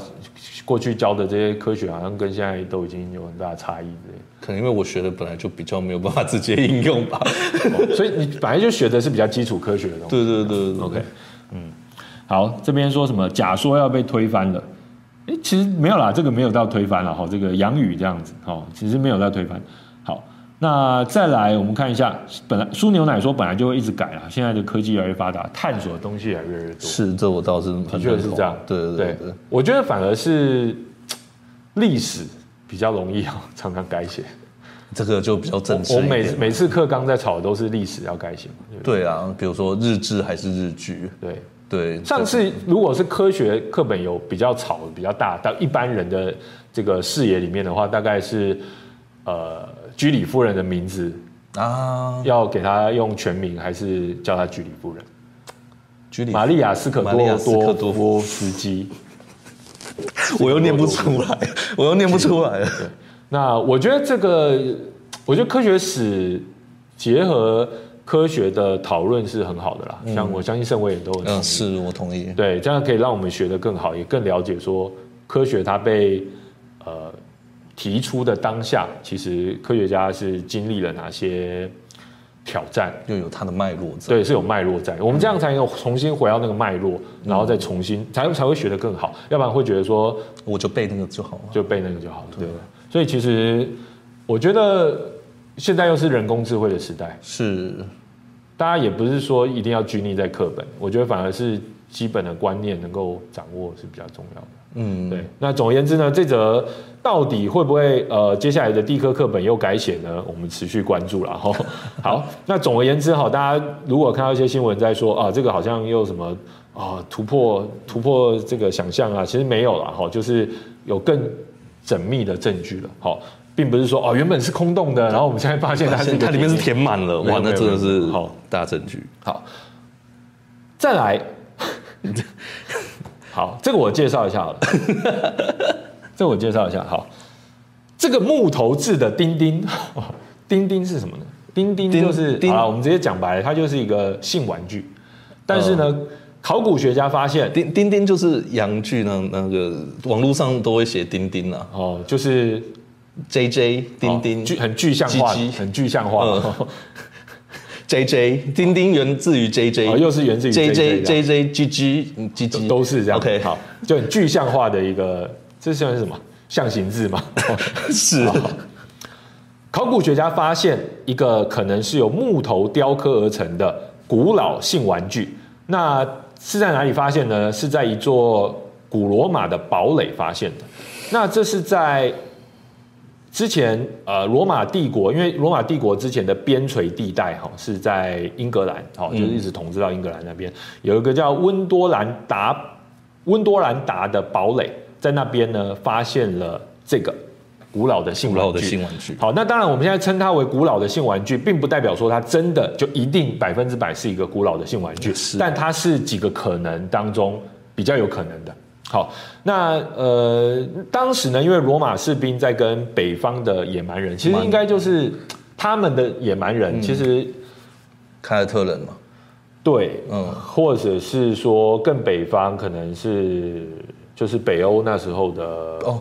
Speaker 1: 过去教的这些科学好像跟现在都已经有很大的差异之类的。
Speaker 2: 可能因为我学的本来就比较没有办法直接应用
Speaker 1: [laughs]
Speaker 2: 吧。
Speaker 1: 所以你本来就学的是比较基础科学的东西。
Speaker 2: 对对对对
Speaker 1: OK，嗯，好，这边说什么假说要被推翻了？哎，其实没有啦，这个没有到推翻了哈，这个杨宇这样子哦，其实没有到推翻。好，那再来我们看一下，本来苏牛奶说本来就会一直改啦，现在的科技越来越发达，探索的东西也越来越多，
Speaker 2: 是，这我倒是
Speaker 1: 的
Speaker 2: 很
Speaker 1: 确
Speaker 2: 认
Speaker 1: 是
Speaker 2: 同。
Speaker 1: 这样。
Speaker 2: 对对对对，
Speaker 1: 我觉得反而是历史比较容易哦，常常改 [laughs] 写。
Speaker 2: 这个就比较正式
Speaker 1: 我
Speaker 2: 一
Speaker 1: 每
Speaker 2: 点。
Speaker 1: 每次课刚在吵的都是历史要改写嘛，对不
Speaker 2: 对啊，比如说日志还是日剧，
Speaker 1: 对。对
Speaker 2: 对，
Speaker 1: 上
Speaker 2: 这
Speaker 1: 次如果是科学课本有比较吵、比较大，到一般人的这个视野里面的话，大概是呃居里夫人的名字
Speaker 2: 啊，
Speaker 1: 要给她用全名，还是叫她居里夫人？
Speaker 2: 居里
Speaker 1: 玛利亚斯可
Speaker 2: 玛利亚
Speaker 1: 多
Speaker 2: 斯可
Speaker 1: 多
Speaker 2: 多夫
Speaker 1: 夫斯基。
Speaker 2: 我又念不出来， [laughs] 我又念不
Speaker 1: [laughs]
Speaker 2: 出来了。
Speaker 1: 那我觉得这个，我觉得科学史结合科学的讨论是很好的啦。像我相信盛伟也都很
Speaker 2: 嗯，是我同意。
Speaker 1: 对，这样可以让我们学得更好，也更了解说科学它被呃提出的当下，其实科学家是经历了哪些挑战，
Speaker 2: 又有它的脉络在，
Speaker 1: 对，是有脉络在。我们这样才能重新回到那个脉络，然后再重新才才会学得更好，要不然会觉得说
Speaker 2: 我就背那个就好了。
Speaker 1: 就背那个就好了，对不对？所以其实我觉得现在又是人工智慧的时代，
Speaker 2: 是，
Speaker 1: 大家也不是说一定要拘泥在课本，我觉得反而是基本的观念能够掌握是比较重要的。
Speaker 2: 嗯，
Speaker 1: 对，那总而言之呢，这则到底会不会呃接下来的地科课本又改写呢？我们持续关注了
Speaker 2: [laughs]
Speaker 1: 哈。好，那总而言之哈，大家如果看到一些新闻在说啊，这个好像又什么啊突破突破这个想象啊，其实没有了哈，就是有更缜密的证据了。好，并不是说哦原本是空洞的，然后我们现在发现它是一个
Speaker 2: 它里面是
Speaker 1: 平面
Speaker 2: 填满了，
Speaker 1: 没
Speaker 2: 哇，
Speaker 1: 有
Speaker 2: 那真的
Speaker 1: 没有没
Speaker 2: 是
Speaker 1: 有好
Speaker 2: 大证据。
Speaker 1: 好，再来， [laughs] 好，这个我介绍一下好了， [laughs] 这个我介绍一下。好，这个木头制的钉钉， [laughs] 钉钉是什么呢？钉钉
Speaker 2: 钉
Speaker 1: 就是
Speaker 2: 钉
Speaker 1: 好了，我们直接讲白了，它就是一个性玩具。但是呢，考古学家发现，
Speaker 2: 嗯钉钉钉就是洋剧呢，那个网络上都会写钉钉啊
Speaker 1: 哦，就是
Speaker 2: ，J J 钉钉，
Speaker 1: 哦具很具象化，
Speaker 2: 鸡鸡
Speaker 1: 很具象化。
Speaker 2: 嗯 J J 钉钉源自于 J J，、
Speaker 1: [laughs] 哦又是源自于
Speaker 2: J
Speaker 1: JJ
Speaker 2: J J J G G 嗯 G G
Speaker 1: 都是这样。
Speaker 2: OK，
Speaker 1: 好，就很具象化的一个，这算是什么？象形字
Speaker 2: [laughs]
Speaker 1: 嘛。
Speaker 2: 是
Speaker 1: 考古学家发现一个可能是由木头雕刻而成的古老性玩具，那是在哪里发现呢？是在一座古罗马的堡垒发现的。那这是在之前呃罗马帝国，因为罗马帝国之前的边陲地带哈、是在英格兰，哈、就是一直统治到英格兰那边，有一个叫温多兰达温多兰达的堡垒，在那边呢发现了这个古老的性
Speaker 2: 古
Speaker 1: 玩具。
Speaker 2: 老的性玩具。
Speaker 1: 好，那当然，我们现在称它为古老的性玩具，并不代表说它真的就一定百分之百是一个古老的性玩具，
Speaker 2: 是
Speaker 1: 但它是几个可能当中比较有可能的。好，那呃，当时呢，因为罗马士兵在跟北方的野蛮人，其实应该就是他们的野蛮
Speaker 2: 嗯
Speaker 1: 人，其实
Speaker 2: 凯尔特人嘛，
Speaker 1: 对，
Speaker 2: 嗯
Speaker 1: 或者是说更北方可能是就是北欧那时候的
Speaker 2: 哦，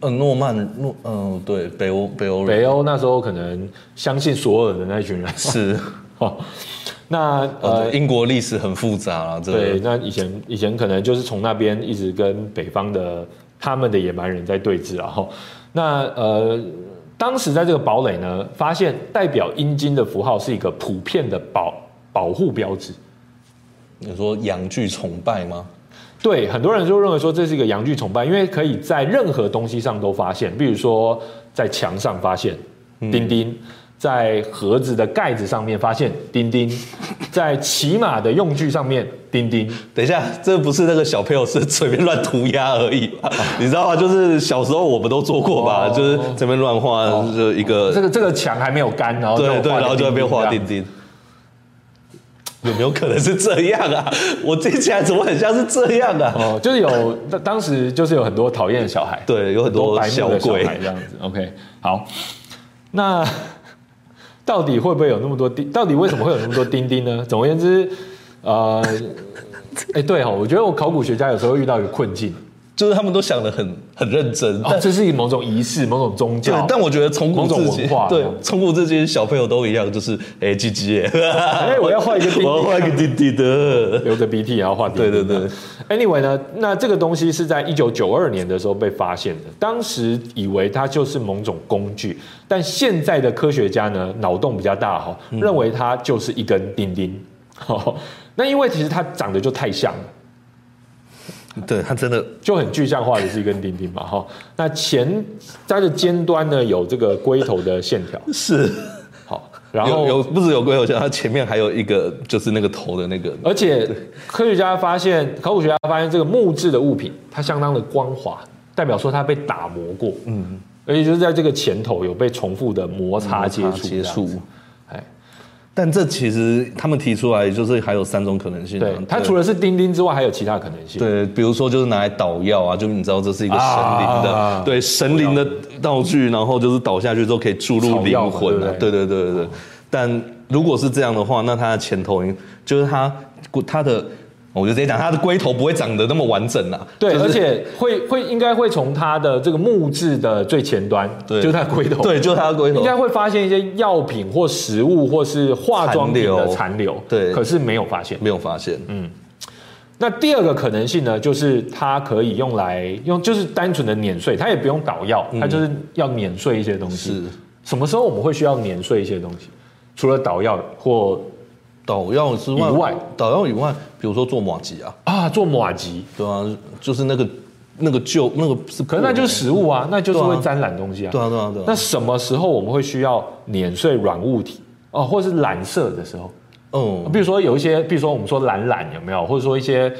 Speaker 2: 呃，诺曼诺，嗯、对，北欧北欧人
Speaker 1: 北欧那时候可能相信索尔的那群人， [laughs]
Speaker 2: 是，
Speaker 1: 哦，那
Speaker 2: 呃、
Speaker 1: 呃，
Speaker 2: 英国历史很复杂啦，这
Speaker 1: 对，
Speaker 2: 个
Speaker 1: 那以前以前可能就是从那边一直跟北方的他们的野蛮人在对峙，然后那呃，当时在这个堡垒呢，发现代表阴茎的符号是一个普遍的保保护标志。
Speaker 2: 你说洋剧崇拜吗？
Speaker 1: 对，很多人就认为说这是一个洋剧崇拜，因为可以在任何东西上都发现，比如说在墙上发现钉钉，在盒子的盖子上面发现钉钉，在骑马的用具上面钉钉。
Speaker 2: 等一下，这不是那个小朋友是随便乱涂鸦而已吧，
Speaker 1: [laughs]
Speaker 2: 你知道吗？就是小时候我们都做过吧，
Speaker 1: 哦
Speaker 2: 就是随便乱画，就一个、
Speaker 1: 这个这个墙还没有干，然后就
Speaker 2: 对对，
Speaker 1: 哦画
Speaker 2: 然后就会被画钉
Speaker 1: 钉。
Speaker 2: 钉。有没有可能是这样啊？ [laughs] 我听起来怎么很像是这样啊？
Speaker 1: 哦，就是有当当时就是有很多讨厌的小孩，
Speaker 2: 对，有很
Speaker 1: 多
Speaker 2: 多
Speaker 1: 白
Speaker 2: 小
Speaker 1: 目的小
Speaker 2: 鬼，
Speaker 1: 孩这样子。OK，好，那 [laughs] 到底会不会有那么多钉？到底为什么会有那么多钉钉呢？总而言之，呃，哎，对哦，我觉得我考古学家有时候遇到一个困境，
Speaker 2: 就是他们都想得很很认真，
Speaker 1: 哦
Speaker 2: 但、
Speaker 1: 这是某种仪式、某种宗
Speaker 2: 对
Speaker 1: 教，，
Speaker 2: 但我觉得从古
Speaker 1: 某种
Speaker 2: 至
Speaker 1: 文
Speaker 2: 今
Speaker 1: 化，
Speaker 2: 对
Speaker 1: 这样
Speaker 2: 从古至今小朋友都一样，就是哎，鸡鸡耶，
Speaker 1: 哎我要画一个钉钉
Speaker 2: [laughs] 我要画一个滴滴的，
Speaker 1: 流着鼻涕也要画钉
Speaker 2: 对
Speaker 1: 钉。
Speaker 2: 对对，
Speaker 1: Anyway 呢，那这个东西是在一九九二年的时候被发现的，当时以为它就是某种工具，但现在的科学家呢脑洞比较大哈、
Speaker 2: 嗯
Speaker 1: 认为它就是一根钉钉。 [laughs] 哦，那因为其实它长得就太像了。
Speaker 2: 对他真的
Speaker 1: 就很具象化的是一根钉钉嘛，哈。那前它的尖端呢有这个龟头的线条，
Speaker 2: 是。
Speaker 1: 好，然后
Speaker 2: 有有不止有龟头像，它前面还有一个就是那个头的那个，
Speaker 1: 而且科学家发现，考古学家发现这个木质的物品，它相当的光滑，代表说它被打磨过。嗯，而且就是在这个前头有被重复的摩擦接触。
Speaker 2: 接触。。
Speaker 1: 哎，
Speaker 2: 但这其实他们提出来就是还有三种可能性、啊，
Speaker 1: 对，它除
Speaker 2: 了
Speaker 1: 了是钉钉之外，还有其他可能性。
Speaker 2: 对，比如说就是拿来捣药啊，就是你知道这是一个神灵的，
Speaker 1: 啊
Speaker 2: 对神灵的道具，然后就是倒下去之后可以注入
Speaker 1: 草药
Speaker 2: 灵
Speaker 1: 嘛
Speaker 2: 魂啊，对
Speaker 1: 对
Speaker 2: 对对对对。但如果是这样的话，那它的前头就是它它的，我就直接讲，它的龟头不会长得那么完整啊，
Speaker 1: 对，
Speaker 2: 就是
Speaker 1: 而且会会应该会从它的这个木质的最前端，
Speaker 2: 对
Speaker 1: 就是它的龟头，
Speaker 2: [laughs] 对，就是它的龟头
Speaker 1: 应该会发现一些药品或食物或是化妆品的残留，
Speaker 2: 对
Speaker 1: 可是没有发现。
Speaker 2: 没有发现，嗯，
Speaker 1: 那第二个可能性呢，就是它可以用来用，就是单纯的碾碎，它也不用捣药，它就是要碾碎一些东西。
Speaker 2: 嗯是
Speaker 1: 什么时候我们会需要碾碎一些东西？除了捣药或
Speaker 2: 捣药之外，
Speaker 1: 以外
Speaker 2: 捣药以外，比如说做马吉啊，
Speaker 1: 啊做马吉，
Speaker 2: 对啊，就是那个那个旧那个是，
Speaker 1: 可是那就是食物啊，那就是
Speaker 2: 对啊
Speaker 1: 会沾染东西啊。
Speaker 2: 对啊对啊对啊，
Speaker 1: 那什么时候我们会需要碾碎软物体哦，或是染色的时候？
Speaker 2: 嗯，
Speaker 1: 比如说有一些，比如说我们说蓝染有没有，或者说一些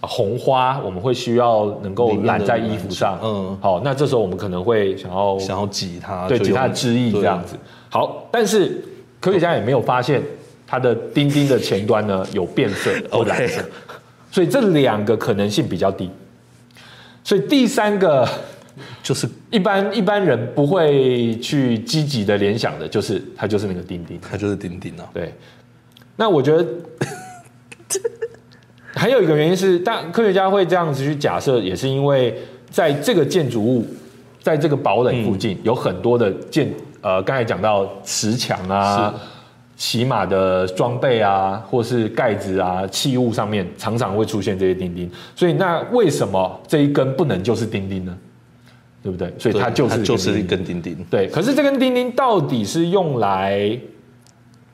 Speaker 1: 呃红花，我们会需要能够染在衣服上。
Speaker 2: 嗯
Speaker 1: 嗯，好，那这时候我们可能会想要
Speaker 2: 想要挤它，
Speaker 1: 对
Speaker 2: 就
Speaker 1: 其他
Speaker 2: 用
Speaker 1: 的枝意这样，子。好，但是科学家也没有发现它的钉钉的前端呢有变色
Speaker 2: 对
Speaker 1: 或
Speaker 2: OK，
Speaker 1: 染色，所以这两个可能性比较低。所以第三个，
Speaker 2: 就是
Speaker 1: 一般一般人不会去积极的联想的，就是它就是那个钉钉。
Speaker 2: 它就是钉钉啊，
Speaker 1: 对，那我觉
Speaker 2: [laughs]
Speaker 1: 得还有一个原因是，但科学家会这样子去假设，也是因为在这个建筑物，在这个堡垒附
Speaker 2: 嗯
Speaker 1: 近、有很多的建，呃，刚才讲到石墙啊。骑马的装备啊，或是盖子啊、器物上面，常常会出现这些钉钉。所以，那为什么这一根不能就是钉钉呢？对不对？所以它就是
Speaker 2: 它
Speaker 1: 一根
Speaker 2: 就是
Speaker 1: 钉
Speaker 2: 一
Speaker 1: 钉
Speaker 2: 根钉钉，
Speaker 1: 对，可是这根钉钉到底是用来，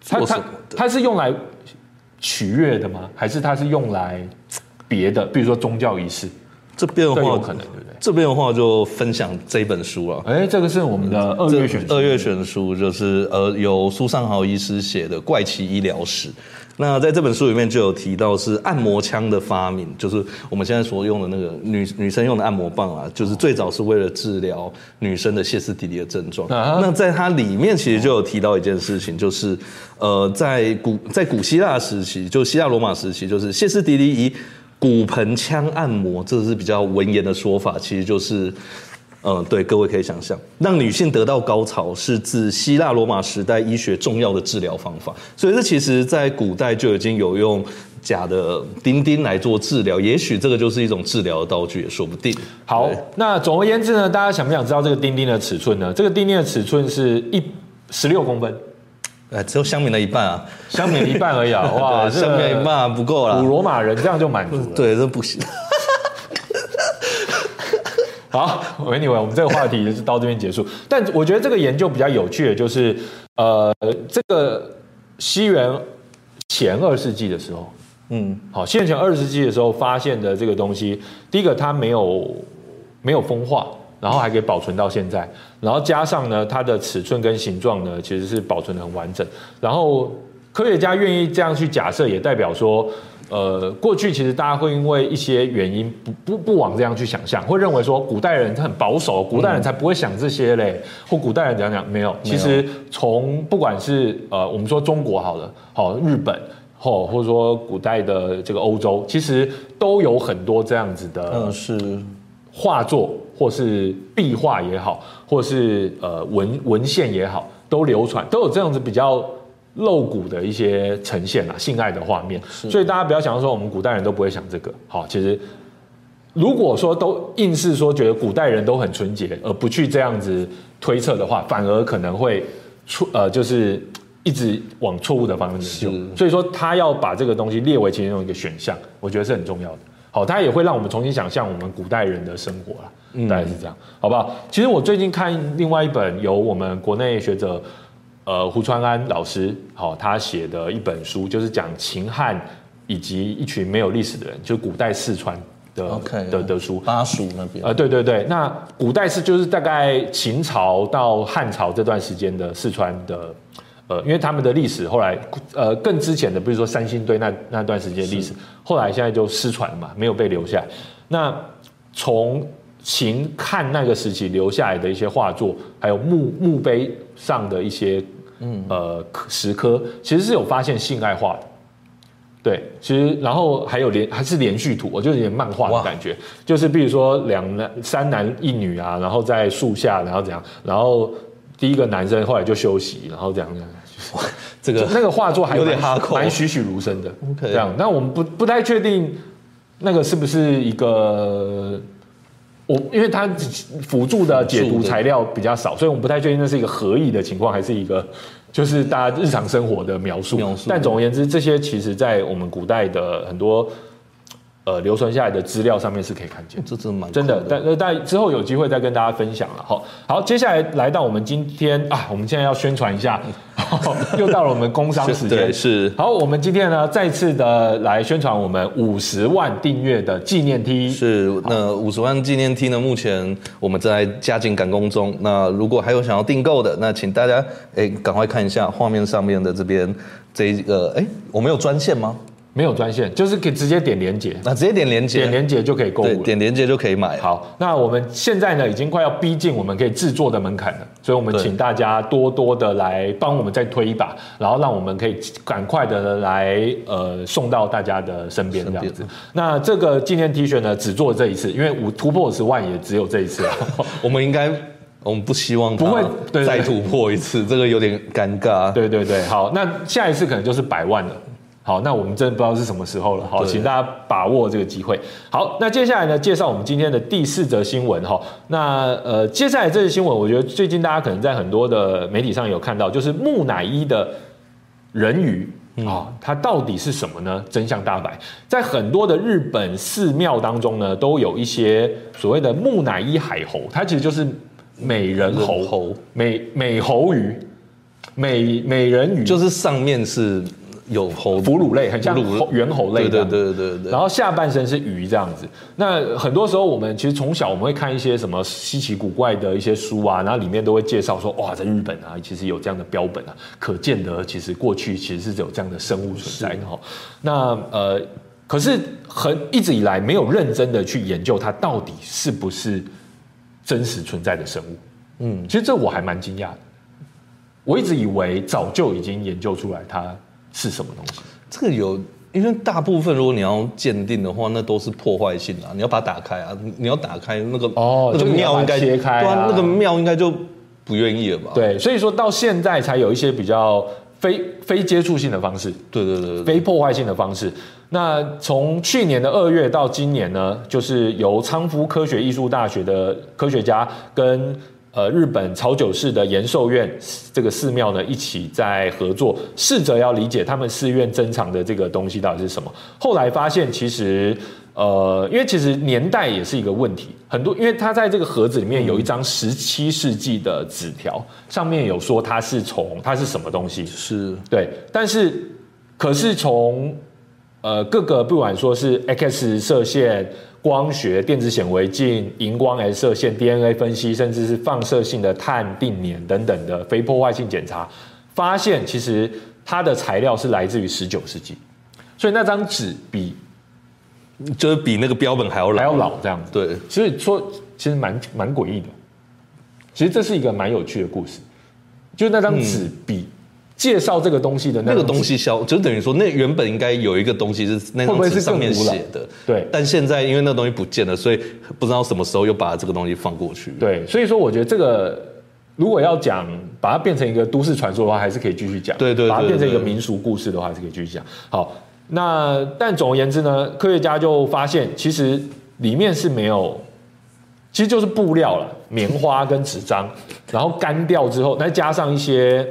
Speaker 1: 它
Speaker 2: 做什
Speaker 1: 它
Speaker 2: 么的
Speaker 1: 它是用来取悦的吗？还是它是用来别的，比如说宗教仪式？
Speaker 2: 这边的
Speaker 1: 这
Speaker 2: 话
Speaker 1: 有可能对不对？
Speaker 2: 这边的话就分享这本书啊。
Speaker 1: 哎，这个是我们的
Speaker 2: 嗯
Speaker 1: 二月选
Speaker 2: 这二月选书就是呃由苏尚豪医师写的《怪奇医疗史》，那在这本书里面就有提到是按摩枪的发明，就是我们现在所用的那个女女生用的按摩棒啊，就是最早是为了治疗女生的歇斯底里的症状。
Speaker 1: 啊
Speaker 2: 那在它里面其实就有提到一件事情，就是呃，在古在古希腊时期，就希腊罗马时期，就是歇斯底里以骨盆腔按摩，这是比较文言的说法，其实就是。嗯，对，各位可以想象，让女性得到高潮是自希腊罗马时代医学重要的治疗方法，所以这其实在古代就已经有用假的钉钉来做治疗，也许这个就是一种治疗的道具，也说不定。
Speaker 1: 好
Speaker 2: 对，
Speaker 1: 那总而言之呢，大家想不想知道这个钉钉的尺寸呢？这个钉钉的尺寸是一十六公分，
Speaker 2: 哎，只有香民的一半啊，
Speaker 1: 相比 [laughs] 一半而
Speaker 2: [laughs]
Speaker 1: 已啊！哇，
Speaker 2: 对
Speaker 1: 这
Speaker 2: 香
Speaker 1: 个
Speaker 2: 民的一半啊不够啦
Speaker 1: 古，罗马人这样就满足了。
Speaker 2: 对，这不行。
Speaker 1: 好，anyway，我们这个话题就是到这边结束。但我觉得这个研究比较有趣的就是，呃，这个西元前二世纪的时候，
Speaker 2: 嗯，
Speaker 1: 好，西元前二世纪的时候发现的这个东西，第一个它没有没有风化，然后还可以保存到现在，然后加上呢它的尺寸跟形状呢其实是保存的很完整，然后科学家愿意这样去假设，也代表说。呃，过去其实大家会因为一些原因不不不往这样去想象，会认为说古代人他很保守，古代人才不会想这些嘞，或古代人怎样讲没有。其实从不管是呃我们说中国好了，好日本，哦，或者说古代的这个欧洲，其实都有很多这样子的
Speaker 2: 嗯，是，
Speaker 1: 画作，或是壁画也好，或是呃文文献也好，都流传，都有这样子比较露骨的一些呈现啊，性爱的画面。所以大家不要想说我们古代人都不会想这个，好，其实。如果说都硬是说觉得古代人都很纯洁，而不去这样子推测的话，反而可能会错呃，就是一直往错误的方向研究。所以说，他要把这个东西列为其中一个选项，我觉得是很重要的。好，它也会让我们重新想象我们古代人的生活啦，大概是这样，好不好？其实我最近看另外一本由我们国内学者呃胡川安老师，好、他写的一本书就是讲秦汉以及一群没有历史的人，就是古代四川的
Speaker 2: OK
Speaker 1: 的的书。
Speaker 2: 巴蜀那边，
Speaker 1: 呃，对对对，那古代是就是大概秦朝到汉朝这段时间的四川的，呃，因为他们的历史后来，呃，更之前的，比如说三星堆那那段时间历史，后来现在就失传嘛，没有被留下来。那从秦汉那个时期留下来的一些画作，还有墓墓碑上的一些，嗯，呃，石刻，其实是有发现性爱画的。对，其实然后还有连还是连续图，我就有点漫画的感觉，就是比如说两男三男一女啊，然后在树下，然后怎样，然后第一个男生后来就休息，然后怎样怎样，
Speaker 2: 这个
Speaker 1: 就那个画作还
Speaker 2: 有点
Speaker 1: 蛮
Speaker 2: hardcore
Speaker 1: 蛮栩栩如生的
Speaker 2: OK
Speaker 1: 这样，但我们不不太确定那个是不是一个。我因为它辅助的解
Speaker 2: 辅
Speaker 1: 读
Speaker 2: 助的
Speaker 1: 材料比较少，所以我们不太确定那是一个合意的情况，还是一个就是大家日常生活的描述。
Speaker 2: 描述
Speaker 1: 但总而言之，这些其实在我们古代的很多呃流传下来的资料上面是可以看见的。
Speaker 2: 这真的蛮
Speaker 1: 真的
Speaker 2: 酷，
Speaker 1: 但呃但之后有机会再跟大家分享了。好，好，接下来来到我们今天啊，我们现在要宣传一下， [laughs] 又到了我们工商时间
Speaker 2: 对。 [laughs] 是。
Speaker 1: 好，我们今天呢再次的来宣传我们五十万订阅的纪念 T。
Speaker 2: 是，那五十万纪念 T 呢？目前我们正在加紧赶工中。那如果还有想要订购的，那请大家哎赶快看一下画面上面的这边这一个哎，我们有专线吗？
Speaker 1: 没有专线，就是可以直接点连接，
Speaker 2: 那直接点连接，
Speaker 1: 点连接就可以购
Speaker 2: 对，
Speaker 1: 物了。
Speaker 2: 点连接就可以买。，
Speaker 1: 好，那我们现在呢已经快要逼近我们可以制作的门槛了，所以我们
Speaker 2: 对
Speaker 1: 请大家多多的来帮我们再推一把，然后让我们可以赶快的来呃送到大家的身边这样子
Speaker 2: 身。
Speaker 1: 那这个纪念 T 恤呢，只做这一次，因为我突破十万也只有这一 [laughs] 次啊。
Speaker 2: 我们应该，我们不希望它
Speaker 1: 不会对对
Speaker 2: 再突破一次，这个有点尴尬。
Speaker 1: 对对对，好，那下一次可能就是百万了。好，那我们真的不知道是什么时候了。好，
Speaker 2: 对
Speaker 1: 请大家把握这个机会。好，那接下来呢，介绍我们今天的第四则新闻哈。那呃，接下来这则新闻，我觉得最近大家可能在很多的媒体上有看到，就是木乃伊的人鱼
Speaker 2: 嗯
Speaker 1: 啊、它到底是什么呢？真相大白，在很多的日本寺庙当中呢，都有一些所谓的木乃伊海猴，它其实就是美人猴、
Speaker 2: 人猴
Speaker 1: 美美猴鱼、美美人鱼，
Speaker 2: 就是上面是有猴
Speaker 1: 哺乳类，很像
Speaker 2: 哺乳
Speaker 1: 猴猿猴类这
Speaker 2: 对对
Speaker 1: 样。
Speaker 2: 对对对
Speaker 1: 然后下半身是鱼这样子。那很多时候我们其实从小我们会看一些什么稀奇古怪的一些书啊，然后里面都会介绍说，哇，在日本啊，其实有这样的标本啊，可见得其实过去其实是有这样的生物存在的哈。那呃，可是很一直以来没有认真的去研究它到底是不是真实存在的生物。嗯，其实这我还蛮惊讶的。我一直以为早就已经研究出来它是什么东西。
Speaker 2: 这个有，因为大部分如果你要鉴定的话，那都是破坏性啊，你要把它打开啊，你你要打开那个
Speaker 1: 哦
Speaker 2: 那个
Speaker 1: 就是你要
Speaker 2: 庙应该
Speaker 1: 把它切开啊
Speaker 2: 对啊，那个庙应该就不愿意了吧？
Speaker 1: 对，所以说到现在才有一些比较非非接触性的方式，
Speaker 2: 对对对对对，
Speaker 1: 非破坏性的方式。那从去年的二月到今年呢，就是由昌夫科学艺术大学的科学家跟呃日本草九市的延寿院这个寺庙呢一起在合作，试着要理解他们寺院珍藏的这个东西到底是什么。后来发现其实。呃，因为其实年代也是一个问题，很多因为它在这个盒子里面有一张十七世纪的纸条，上面有说它是从它是什么东西，
Speaker 2: 是
Speaker 1: 对，但是可是从呃各个不管说是 X 射线、光学、电子显微镜、荧光 X 射线、DNA 分析，甚至是放射性的碳定年等等的非破坏性检查，发现其实它的材料是来自于十九世纪，所以那张纸比
Speaker 2: 就是比那个标本还要
Speaker 1: 还
Speaker 2: 老，
Speaker 1: 要老这样子。
Speaker 2: 对，
Speaker 1: 所以说其实蛮蛮诡异的。其实这是一个蛮有趣的故事，就是那张纸比介绍这个东西的那
Speaker 2: 嗯那个
Speaker 1: 张纸
Speaker 2: 东西消，就等于说那原本应该有一个东西是那
Speaker 1: 会不会
Speaker 2: 张
Speaker 1: 是
Speaker 2: 纸上面
Speaker 1: 更古老
Speaker 2: 写的，
Speaker 1: 对
Speaker 2: 但现在因为那东西不见了，所以不知道什么时候又把这个东西放过去。
Speaker 1: 对，所以说我觉得这个如果要讲把它变成一个都市传说的话，还是可以继续讲；
Speaker 2: 对对对
Speaker 1: 把它变成一个
Speaker 2: 对
Speaker 1: 民俗故事的话，还是可以继续讲。好，那但总而言之呢，科学家就发现其实里面是没有。其实就是布料了，棉花跟纸张，然后干掉之后，再加上一些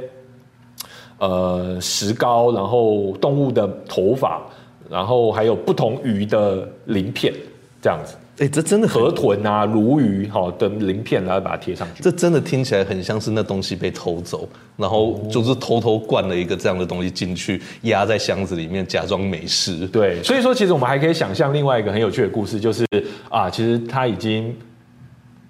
Speaker 1: 呃石膏，然后动物的头发，然后还有不同鱼的鳞片，这样子。
Speaker 2: 哎、这真的很
Speaker 1: 河豚啊、鲈鱼哈、的鳞片，然后把它贴上去。
Speaker 2: 这真的听起来很像是那东西被偷走，然后
Speaker 1: 哦
Speaker 2: 就是偷偷灌了一个这样的东西进去，压在箱子里面假装没事。
Speaker 1: 对，所以说其实我们还可以想象另外一个很有趣的故事，就是啊，其实他已经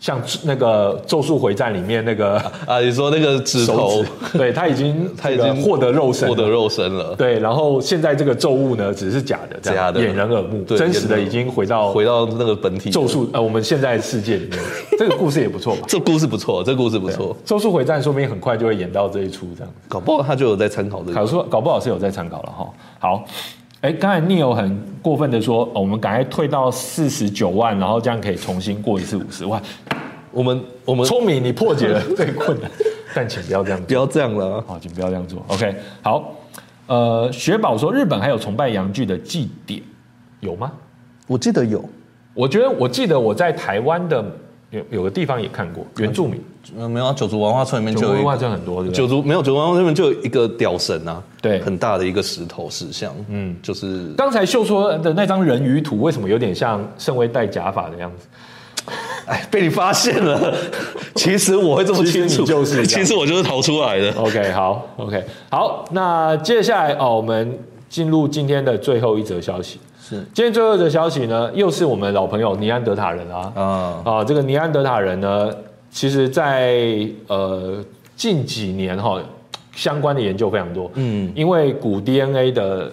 Speaker 1: 像那个《咒术回战》里面那个
Speaker 2: 啊，你说那个指
Speaker 1: 手
Speaker 2: 头
Speaker 1: 指，对他已经
Speaker 2: 他已
Speaker 1: 这个
Speaker 2: 经
Speaker 1: 获得肉身了，
Speaker 2: 获得肉身了，
Speaker 1: 对，然后现在这个咒物呢只是假的，这样
Speaker 2: 假的
Speaker 1: 掩人耳目，
Speaker 2: 对
Speaker 1: 真实的
Speaker 2: 掩人耳目
Speaker 1: 已经回到
Speaker 2: 回到那个本体了。
Speaker 1: 咒术呃我们现在的世界里面，这个故事也不错吧？
Speaker 2: 这故事不错，这故 [laughs] 事不错，
Speaker 1: 《咒术回战》说不定很快就会演到这一出这样。
Speaker 2: 搞不好他就有在参考这
Speaker 1: 搞
Speaker 2: 个。
Speaker 1: 说搞不好是有在参考了哈。好，哎，刚才 Neil 很过分的说，哦我们赶快退到四十九万，然后这样可以重新过一次五十万。
Speaker 2: 我们我们
Speaker 1: 聪明，你破解了这个困难， [laughs] 但请不要这样
Speaker 2: 不
Speaker 1: 做，哦
Speaker 2: 要这样了啊，
Speaker 1: 好，请不要这样做。OK，好，呃，雪宝说日本还有崇拜洋剧的祭典，有吗？
Speaker 2: 我记得有，
Speaker 1: 我觉得我记得我在台湾的有有个地方也看过原住民，
Speaker 2: 呃没有啊，九族文化村里面就有
Speaker 1: 文
Speaker 2: 一
Speaker 1: 化
Speaker 2: 个
Speaker 1: 真的很多，对不对
Speaker 2: 九族没有九族文化村里面就有一个吊神啊，
Speaker 1: 对
Speaker 2: 很大的一个石头石像，嗯，就是
Speaker 1: 刚才秀说的那张人鱼图为什么有点像盛威戴假发的样子？
Speaker 2: 哎，被你发现了。 [laughs] 其实我会这么
Speaker 1: 其实
Speaker 2: 清
Speaker 1: 你
Speaker 2: 楚，
Speaker 1: 就是这样
Speaker 2: 其实我就是逃出来的。
Speaker 1: OK，好，OK，好，那接下来哦，我们进入今天的最后一则消息。
Speaker 2: 是
Speaker 1: 今天最后一则消息呢，又是我们老朋友尼安德塔人啊。
Speaker 2: 啊，
Speaker 1: 啊，这个尼安德塔人呢，其实在呃近几年哈、相关的研究非常多。嗯，因为古 DNA 的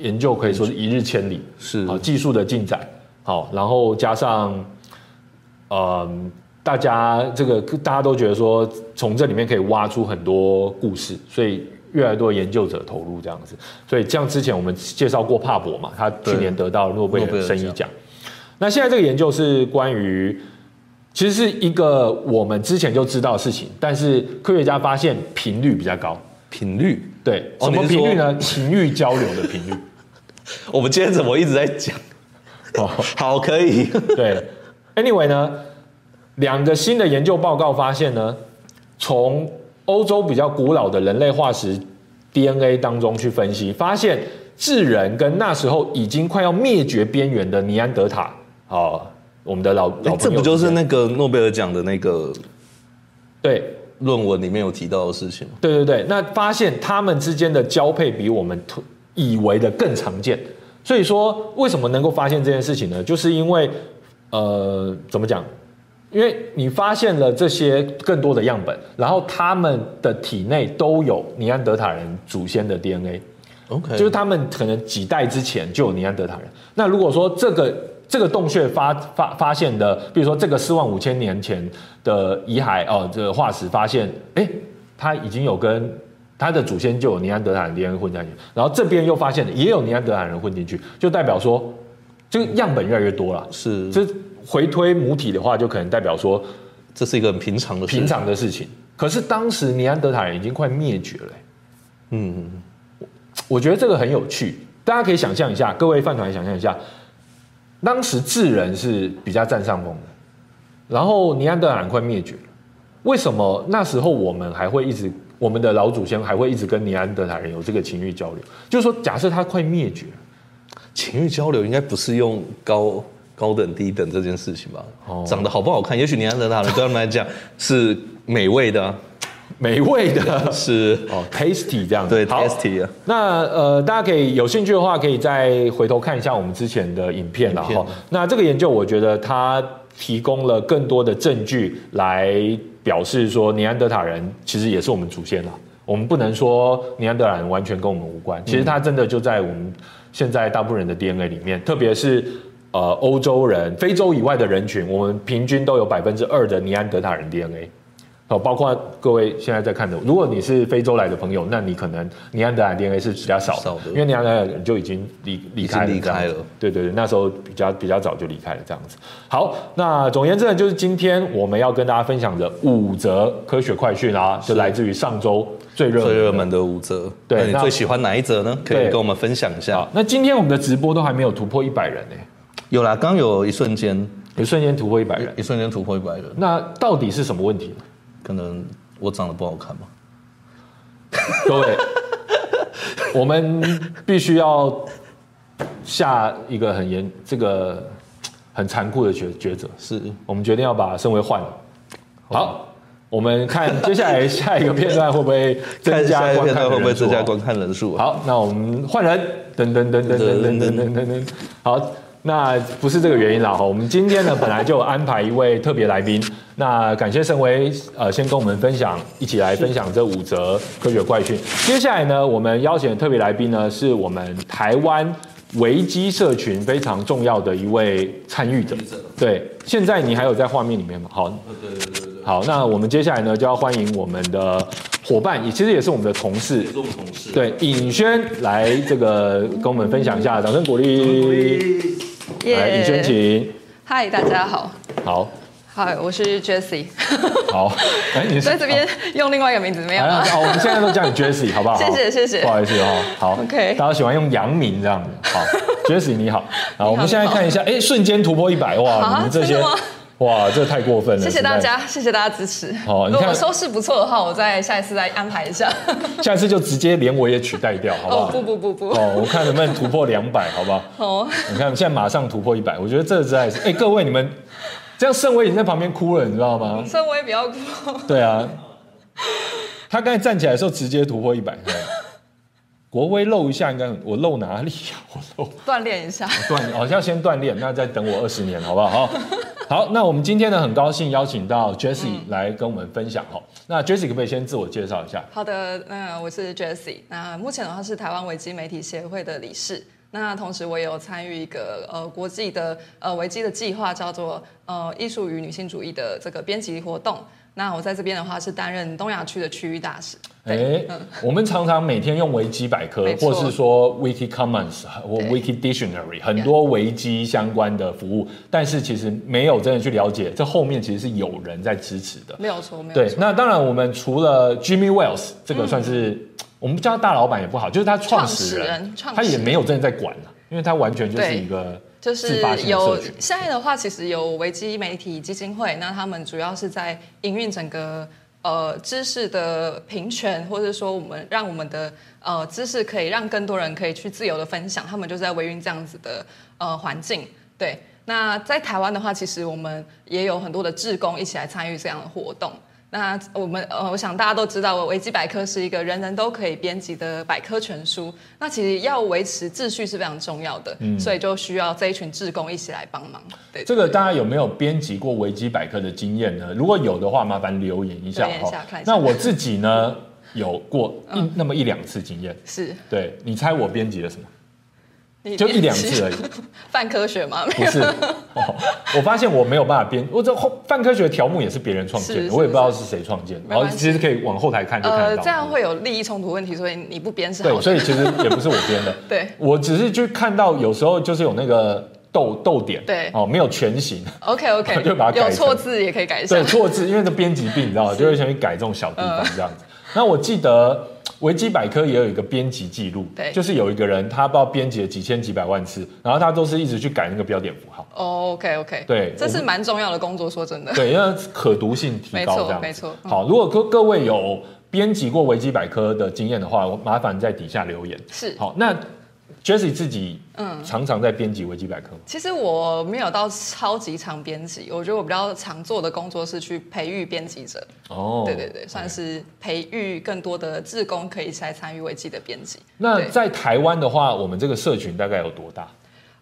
Speaker 1: 研究可以说是一日千里，
Speaker 2: 是
Speaker 1: 好技术的进展，好，然后加上，嗯，大家这个大家都觉得说，从这里面可以挖出很多故事，所以越来越多研究者投入这样子。所以像之前我们介绍过帕博嘛，他去
Speaker 2: 对
Speaker 1: 年得到诺贝
Speaker 2: 诺贝
Speaker 1: 尔
Speaker 2: 尔
Speaker 1: 生意
Speaker 2: 奖
Speaker 1: 奖。那现在这个研究是关于，其实是一个我们之前就知道的事情，但是科学家发现频率比较高。
Speaker 2: 频率。
Speaker 1: 对，
Speaker 2: 哦
Speaker 1: 什么
Speaker 2: 你是
Speaker 1: 频率
Speaker 2: 说
Speaker 1: 呢？情欲交流的
Speaker 2: [laughs]
Speaker 1: 频率。
Speaker 2: 我们今天怎么一直在讲？
Speaker 1: 哦，
Speaker 2: 好，可以。
Speaker 1: 对，anyway 呢，两个新的研究报告发现呢，从欧洲比较古老的人类化石 DNA 当中去分析，发现智人跟那时候已经快要灭绝边缘的尼安德塔，哦，我们的老 [laughs] 老朋
Speaker 2: 哎
Speaker 1: 友，
Speaker 2: 这不就是那个诺贝尔奖的那个
Speaker 1: 对
Speaker 2: 论文里面有提到的事情吗？
Speaker 1: 对对对，那发现他们之间的交配比我们推以为的更常见。所以说，为什么能够发现这件事情呢？就是因为，呃，怎么讲？因为你发现了这些更多的样本，然后他们的体内都有尼安德塔人祖先的 DNA，
Speaker 2: OK，
Speaker 1: 就是他们可能几代之前就有尼安德塔人。那如果说这个这个洞穴发发发现的，比如说这个四万五千年前的遗骸哦，这个化石发现，哎，它已经有跟它的祖先就有尼安德塔人 DNA 混在里面，然后这边又发现了也有尼安德塔人混进去，就代表说这个样本越来越多了。
Speaker 2: 是这
Speaker 1: 这回推母体的话，就可能代表说
Speaker 2: 这是一个很平常的事，
Speaker 1: 平常的事情。可是当时尼安德塔人已经快灭绝了、欸
Speaker 2: 嗯，
Speaker 1: 我觉得这个很有趣，大家可以想象一下，各位饭团想象一下，当时智人是比较占上风的，然后尼安德尔人快灭绝了，为什么那时候我们还会一直，我们的老祖先还会一直跟尼安德塔人有这个情欲交流？就是说，假设他快灭绝了，
Speaker 2: 情欲交流应该不是用高高等低等这件事情吧？
Speaker 1: 哦
Speaker 2: 长得好不好看，也许尼安德塔人对他们来讲是美味的啊、
Speaker 1: 美味的
Speaker 2: 是
Speaker 1: 哦，tasty 这样子，
Speaker 2: 对
Speaker 1: 好
Speaker 2: tasty 啊。
Speaker 1: 那呃，大家可以有兴趣的话，可以再回头看一下我们之前的影片啦。
Speaker 2: 影片
Speaker 1: 哈。那这个研究，我觉得它提供了更多的证据来表示说，尼安德塔人其实也是我们祖先啦。我们不能说尼安德塔人完全跟我们无关，其实
Speaker 2: 嗯
Speaker 1: 它真的就在我们现在大部分人的 DNA 里面，特别是。呃，欧洲人、非洲以外的人群，我们平均都有百分之二的尼安德塔人 DNA。哦，包括各位现在在看的，如果你是非洲来的朋友，那你可能尼安德尔 DNA 是比较少的，
Speaker 2: 少的
Speaker 1: 因为尼安德尔人就已经离离开了，
Speaker 2: 已经离开了
Speaker 1: 这样子对对对，那时候比较比较早就离开了这样子。好，那总而言之呢，就是今天我们要跟大家分享的五则科学快讯啊，就来自于上周最热门
Speaker 2: 最
Speaker 1: 的
Speaker 2: 热门的五折，
Speaker 1: 对
Speaker 2: 那你
Speaker 1: 那
Speaker 2: 最喜欢哪一折呢？可以
Speaker 1: 对
Speaker 2: 跟我们分享一下
Speaker 1: 啊。。那今天我们的直播都还没有突破一百人呢、
Speaker 2: 有啦，刚有一瞬间，
Speaker 1: 有瞬间突破一百人，
Speaker 2: 一瞬间突破一百人，
Speaker 1: 那到底是什么问题呢？
Speaker 2: 可能我长得不好看吧？
Speaker 1: 各
Speaker 2: [laughs]
Speaker 1: 位，我们必须要下一个很严、这个很残酷的抉抉择。
Speaker 2: 是，
Speaker 1: 我们决定要把身为换了。好，我们看接下来下一个片段会不会
Speaker 2: 看
Speaker 1: 增
Speaker 2: 下
Speaker 1: 加
Speaker 2: 一
Speaker 1: 观
Speaker 2: 片
Speaker 1: 看
Speaker 2: 段会不会
Speaker 1: 人数
Speaker 2: 增加
Speaker 1: 哦
Speaker 2: 观看人数啊？
Speaker 1: 好，那我们换人，噔噔噔噔噔噔噔噔噔。好，那不是这个原因啦哈。我们今天呢，本来就有安排一位特别来宾，那感谢盛维，呃，先跟我们分享，一起来分享这五则科学怪讯。接下来呢，我们邀请的特别来宾呢，是我们台湾。维基社群非常重要的一位参与者
Speaker 2: 参与者，呃
Speaker 1: 对，现在你还有在画面里面吗？好，
Speaker 2: 对对对对，
Speaker 1: 好，那我们接下来呢就要欢迎我们的伙伴，也其实也是我们的同事，
Speaker 2: 是我们同事。
Speaker 1: 对，尹轩来这个跟我们分享一下，掌声鼓励。来，尹轩，请。
Speaker 3: 嗨，大家好，
Speaker 1: 好，
Speaker 3: 嗨，我是
Speaker 1: [laughs]
Speaker 3: Jessie，
Speaker 1: 好，哎，你是
Speaker 3: 在这边用另外一个名字没有
Speaker 1: 好
Speaker 3: 啊
Speaker 1: 好，？好，我们现在都叫你 Jessie，好不好？
Speaker 3: 谢谢谢谢
Speaker 1: 不好意思哦，好
Speaker 3: OK
Speaker 1: 大家喜欢用洋名这样子，好，Jessie 你好，好，我们
Speaker 3: [laughs] 你好
Speaker 1: 现在看一下，哎，瞬间突破一百，哇，
Speaker 3: 啊
Speaker 1: 你们这些
Speaker 3: 真的吗，
Speaker 1: 哇，这太过分了，
Speaker 3: 谢谢大
Speaker 1: 实在哦
Speaker 3: 家，谢谢大家支持。
Speaker 1: 好你看
Speaker 3: 如果收视不错的话，我再下一次再安排一下。
Speaker 1: 是，下一次就直接连我也取代掉，好不
Speaker 3: 哦
Speaker 1: 好？
Speaker 3: 不不不不，
Speaker 1: 哦，我看能不能突破两百，好不好？
Speaker 3: 哦，
Speaker 1: 你看，现在马上突破一百，我觉得这实在是，哎，各位你们这样，盛伟已经在旁边哭了，你知道吗？
Speaker 3: 所以我也比较哭。
Speaker 1: 对啊，他刚才站起来的时候直接突破一百。对国威露一下应该很，我露哪里呀、 [laughs] 我露
Speaker 3: [laughs] 锻炼一下，
Speaker 1: 锻，好像先锻炼，那再等我二十年，好不好？好，好，那我们今天呢，很高兴邀请到 Jessie 来跟我们分享哈、那 Jessie 可不可以先自我介绍一下？
Speaker 3: 好的，那我是 Jessie，那目前的话是台湾维基媒体协会的理事。那同时我也有参与一个呃国际的呃维基的计划，叫做呃艺术与女性主义的这个编辑活动。那我在这边的话是担任东亚区的区域大使。
Speaker 1: 哎、
Speaker 3: 对，嗯
Speaker 1: 我们常常每天用维基百科
Speaker 3: 没，错
Speaker 1: 或是说 Wiki Commons 或
Speaker 3: 对
Speaker 1: Wiki Dictionary 很多维基相关的服务，但是其实没有真的去了解，这后面其实是有人在支持的。
Speaker 3: 没有错，没有
Speaker 1: 对，
Speaker 3: 错。
Speaker 1: 那当然，我们除了 Jimmy Wells 这个算是、我们叫他大老板也不好，就是他创始人，
Speaker 3: 嗯创始人创始
Speaker 1: 他
Speaker 3: 人
Speaker 1: 也没有真的在管了、因为他完全就是
Speaker 3: 对
Speaker 1: 一个
Speaker 3: 就是
Speaker 1: 自发性的
Speaker 3: 有
Speaker 1: 社群。
Speaker 3: 现在的话，其实有维基媒体基金会，那他们主要是在营运整个呃知识的平权，或者说我们让我们的呃知识可以让更多人可以去自由的分享，他们就是在维运这样子的呃环境。对，那在台湾的话，其实我们也有很多的志工一起来参与这样的活动。那我们呃，我想大家都知道，维基百科是一个人人都可以编辑的百科全书。那其实要维持秩序是非常重要的，所以就需要这一群志工一起来帮忙。对，
Speaker 1: 嗯这个大家有没有编辑过维基百科的经验呢？如果有的话，麻烦留言一下
Speaker 3: 留言一
Speaker 1: 哈
Speaker 3: 下看。一下
Speaker 1: 那我自己呢，有过一那么一两次经验。
Speaker 3: 是
Speaker 1: 对你猜我编辑了什么？
Speaker 3: 你
Speaker 1: 就一两次
Speaker 3: [laughs]
Speaker 1: 而已，
Speaker 3: 泛科学吗？没
Speaker 1: 不
Speaker 3: 有 [laughs]
Speaker 1: 是。哦，我发现我没有办法编，我这后泛科学的条目也是别人创建
Speaker 3: 是
Speaker 1: 的，
Speaker 3: 是
Speaker 1: 我也不知道是谁创建的。
Speaker 3: 没
Speaker 1: 然后
Speaker 3: 关系
Speaker 1: 其实可以往后台看就看得
Speaker 3: 呃，
Speaker 1: 到。
Speaker 3: 这样会有利益冲突问题，所以你不编是好
Speaker 1: 对，
Speaker 3: 的。。
Speaker 1: 所以其实也不是我编的
Speaker 3: 对
Speaker 1: 我只是去看到有时候就是有那个逗逗点，
Speaker 3: 对
Speaker 1: 哦，没有全形，
Speaker 3: OK OK，
Speaker 1: [laughs] 就把它改
Speaker 3: 有
Speaker 1: 成
Speaker 3: 错字也可以改一下
Speaker 1: 对。错字，因为这编辑病，你知道吗？就会想去改这种小地方这样
Speaker 3: 嗯
Speaker 1: 子。那我记得维基百科也有一个编辑记录，
Speaker 3: 对
Speaker 1: 就是有一个人他不知道编辑了几千几百万次，然后他都是一直去改那个标点符
Speaker 3: [laughs]
Speaker 1: 号，
Speaker 3: 哦 OK OK，
Speaker 1: 对
Speaker 3: 这
Speaker 1: 我
Speaker 3: 是
Speaker 1: 们
Speaker 3: 蛮重要的工作，说真的。
Speaker 1: 对，因为可读性提高这样子。
Speaker 3: 没错没错嗯
Speaker 1: 好，如果各各位有编辑过维基百科的经验的话，我麻烦在底下留言。
Speaker 3: 是，
Speaker 1: 好，那 Jesse 自己
Speaker 3: 嗯
Speaker 1: 常常在编辑维基百科吗？
Speaker 3: 其实我没有到超级常编辑，我觉得我比较常做的工作是去培育编辑者，
Speaker 1: 哦，
Speaker 3: 对对对，算是培育更多的志工可以一起来参与维基的编辑。
Speaker 1: 那
Speaker 3: 对
Speaker 1: 在台湾的话，我们这个社群大概有多大？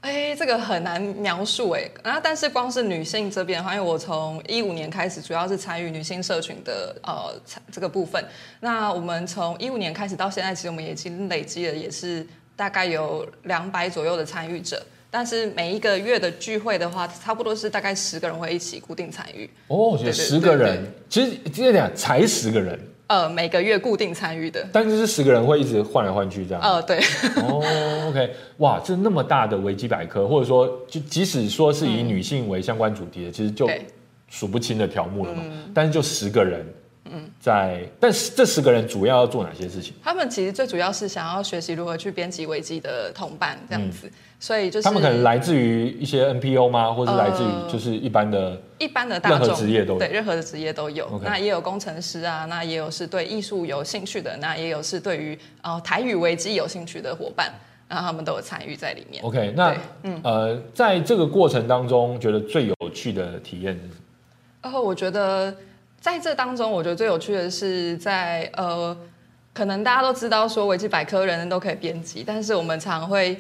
Speaker 3: 哎，这个很难描述哎。然后，但是光是女性这边的话，因为我从一五年开始，主要是参与女性社群的呃参这个部分。那我们从一五年开始到现在，其实我们已经累积了也是大概有两百左右的参与者。但是每一个月的聚会的话，差不多是大概十个人会一起固定参与，
Speaker 1: 哦，
Speaker 3: 对
Speaker 1: 有
Speaker 3: 对
Speaker 1: 十个
Speaker 3: 对
Speaker 1: 人，其实这讲才十个人，
Speaker 3: 呃，每个月固定参与的，
Speaker 1: 但就是十个人会一直换来换去这样。
Speaker 3: 呃，对。
Speaker 1: 哦，OK，哇，这那么大的维基百科，或者说就即使说是以女性为相关主题的，其实就
Speaker 3: 对嗯
Speaker 1: 数不清的条目了嘛。但是就十个人，嗯，在，但是这十个人主要要做哪些事情？
Speaker 3: 他们其实最主要是想要学习如何去编辑维基的同伴这样子，所以就
Speaker 1: 嗯
Speaker 3: 是呃
Speaker 1: 他们可能来自于一些 NPO 吗，或是来自于就是一般的
Speaker 3: 一般的大
Speaker 1: 任
Speaker 3: 众，
Speaker 1: 何职业都有
Speaker 3: 对任何的职业都有。
Speaker 1: OK
Speaker 3: 那也有工程师啊，那也有是对艺术有兴趣的，那也有是对于呃台语维基有兴趣的伙伴，然后他们都有参与在里面。
Speaker 1: OK，那
Speaker 3: 对嗯
Speaker 1: 呃，在这个过程当中，觉得最有趣的体验是什么？
Speaker 3: 然后我觉得在这当中，我觉得最有趣的是在呃，可能大家都知道说维基百科人人都可以编辑，但是我们常会。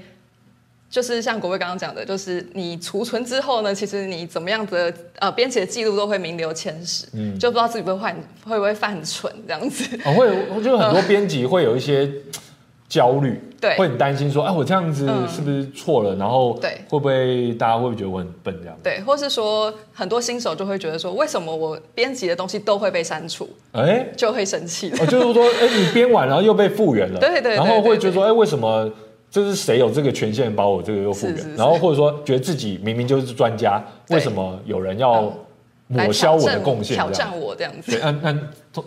Speaker 3: 就是像国威刚刚讲的，就是你储存之后呢，其实你怎么样子的呃编辑的记录都会名留千史，嗯，就不知道自己会不会犯会不会犯蠢这样子。
Speaker 1: 哦，会，就很多编辑会有一些焦虑，
Speaker 3: 嗯对
Speaker 1: 会很担心说，哎，我这样子
Speaker 3: 嗯
Speaker 1: 是不是错了？然后
Speaker 3: 对
Speaker 1: 会不会大家会不会觉得我很笨这样？
Speaker 3: 对，或是说很多新手就会觉得说，为什么我编辑的东西都会被删除，
Speaker 1: 哎，
Speaker 3: 就会生气的。
Speaker 1: 哦，就是说，哎，你编完然后又被复原了，
Speaker 3: 对对对
Speaker 1: 然后会觉
Speaker 3: 对
Speaker 1: 得说，哎，为什么？这是谁有这个权限把我这个又复原？
Speaker 3: 是是是
Speaker 1: 然后或者说觉得自己明明就是专家，
Speaker 3: 对嗯
Speaker 1: 为什么有人要抹消我的贡献？
Speaker 3: 挑
Speaker 1: 这样
Speaker 3: 战我这样
Speaker 1: 对，
Speaker 3: 子
Speaker 1: 那那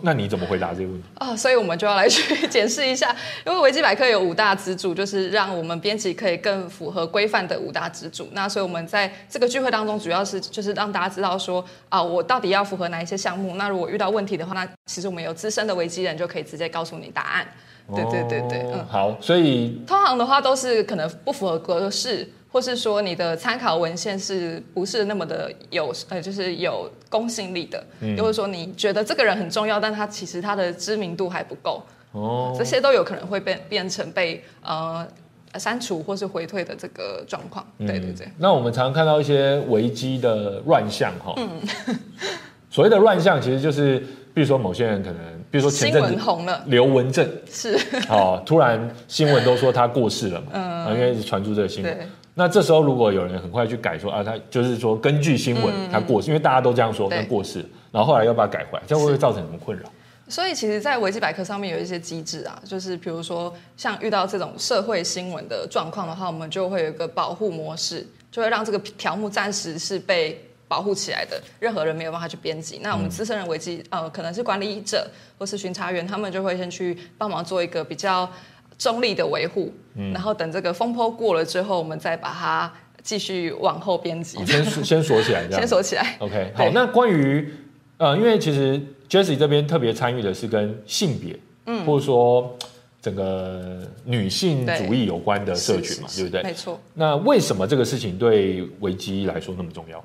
Speaker 1: 那你怎么回答这个问题？
Speaker 3: 啊、所以我们就要来去 [laughs] 检视一下，因为维基百科有五大支柱，就是让我们编辑可以更符合规范的五大支柱。那所以我们在这个聚会当中，主要是就是让大家知道说啊、我到底要符合哪一些项目。那如果遇到问题的话，那其实我们有资深的维基人就可以直接告诉你答案。对对对对，
Speaker 1: 哦
Speaker 3: 嗯。
Speaker 1: 好，所以
Speaker 3: 通常的话都是可能不符合格式，或是说你的参考文献是不是那么的有呃，就是有公信力的，又或者说你觉得这个人很重要，但他其实他的知名度还不够，
Speaker 1: 哦，
Speaker 3: 这些都有可能会变变成被呃删除或是回退的这个状况。
Speaker 1: 嗯
Speaker 3: 对对对。
Speaker 1: 那我们常看到一些危机的乱象哈。
Speaker 3: 嗯
Speaker 1: [laughs] 所谓的乱象，其实就是比如说某些人可能，比如说前
Speaker 3: 新
Speaker 1: 阵
Speaker 3: 闻
Speaker 1: 子
Speaker 3: 红了，
Speaker 1: 刘文正
Speaker 3: 是
Speaker 1: 哦，突然新闻都说他过世了嘛，啊，因为一直传出这个新
Speaker 3: 嗯对
Speaker 1: 闻。那这时候如果有人很快去改说啊，他就是说根据新闻他过世，因为大家都这样说
Speaker 3: 嗯对
Speaker 1: 他过世，然后后来又把它改回来，这样会不会造成什么困扰？
Speaker 3: 所以其实，在维基百科上面有一些机制啊，就是比如说像遇到这种社会新闻的状况的话，我们就会有一个保护模式，就会让这个条目暂时是被保护起来的，任何人没有办法去编辑。那我
Speaker 1: 嗯
Speaker 3: 们资深人维基呃，可能是管理者或是巡查员，他们就会先去帮忙做一个比较中立的维护，
Speaker 1: 嗯
Speaker 3: 然后等这个风波过了之后，我们再把它继续往后编辑
Speaker 1: 哦，先锁先锁起来，这样
Speaker 3: [laughs] 先锁起来。
Speaker 1: OK，
Speaker 3: 对
Speaker 1: 好，那关于呃，因为其实 Jessie 这边特别参与的是跟性别，嗯，或者说整个女性主义有关的社群嘛，
Speaker 3: 是
Speaker 1: 对
Speaker 3: 是
Speaker 1: 不对？
Speaker 3: 是没错。
Speaker 1: 那为什么这个事情对维基来说那么重要？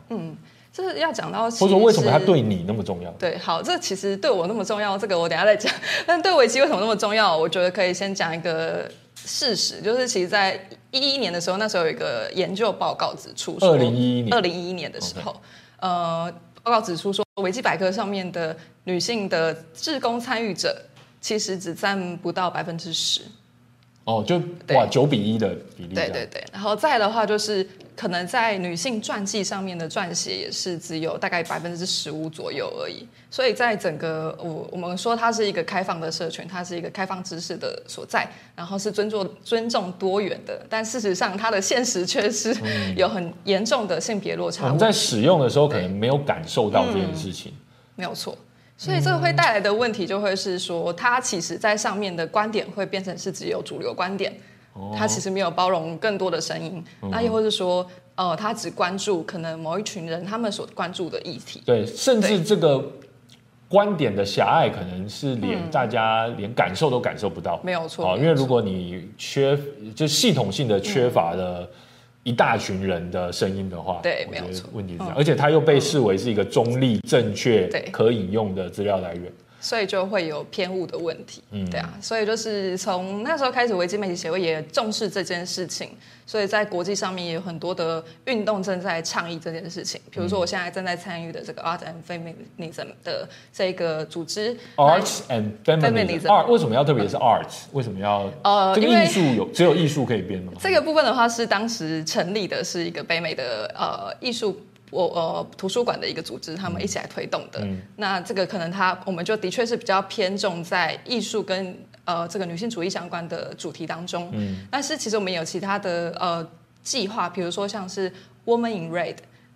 Speaker 3: 这要讲到，
Speaker 1: 或者说为什么它对你那么重要？
Speaker 3: 对，好，这其实对我那么重要，这个我等一下再讲。但对危机为什么那么重要？我觉得可以先讲一个事实，就是其实在一一年的时候，那时候有一个研究报告指出说，
Speaker 1: 2011年
Speaker 3: 二零一一年的时候，呃，报告指出说，维基百科上面的女性的志工参与者其实只占不到百分之十。
Speaker 1: 哦，就
Speaker 3: 对
Speaker 1: 哇九比一的比例这
Speaker 3: 对
Speaker 1: 样，
Speaker 3: 对对，然后再的话就是，可能在女性传记上面的撰写也是只有大概百分之十五左右而已。所以在整个呃我我们说它是一个开放的社群，它是一个开放知识的所在，然后是尊重尊重多元的，但事实上它的现实却是有很严重的性别
Speaker 1: 嗯
Speaker 3: 落
Speaker 1: 我
Speaker 3: 差
Speaker 1: 们
Speaker 3: 问
Speaker 1: 在
Speaker 3: 题，
Speaker 1: 使用的时候可能没有感受到这件事情。
Speaker 3: 没有错。所以这个会带来的问题就会是说，它其实在上面的观点会变成是只有主流观点，
Speaker 1: 哦
Speaker 3: 他其实没有包容更多的声音，
Speaker 1: 嗯
Speaker 3: 那又或是说，呃，他只关注可能某一群人他们所关注的议题。
Speaker 1: 对，甚至这个观点的狭隘，可能是
Speaker 3: 嗯
Speaker 1: 连大家连感受都感受不到。
Speaker 3: 没有错
Speaker 1: 好，
Speaker 3: 没有
Speaker 1: 哦因为如果你缺就系统性的缺乏了一大群人的声音的话，
Speaker 3: 对
Speaker 1: 我
Speaker 3: 没有
Speaker 1: 觉得
Speaker 3: 错嗯
Speaker 1: 问题是这样，而且它又被视为是一个中立、正确
Speaker 3: 对、
Speaker 1: 可引用的资料来源。
Speaker 3: 所以就会有偏误的问题，
Speaker 1: 嗯
Speaker 3: 对啊，所以就是从那时候开始，维基媒体协会也重视这件事情，所以在国际上面也有很多的运动正在倡议这件事情，比如说我现在正在参与的这个 Art and Feminism 的这个组织
Speaker 1: 哦 Arts and feminism，
Speaker 3: 嗯 Feminism 嗯
Speaker 1: 二为什么要特别是 arts？为什么要？
Speaker 3: 呃
Speaker 1: 这个
Speaker 3: 因为
Speaker 1: 艺术有只有艺术可以编的吗？
Speaker 3: 这个部分的话是当时成立的是一个北美的呃艺术我呃图书馆的一个组织，他们一起来推动的。那这个可能它我们就的确是比较偏重在艺术跟呃这个女性主义相关的主题当中。但是其实我们也有其他的呃计划，比如说像是 Woman in Red。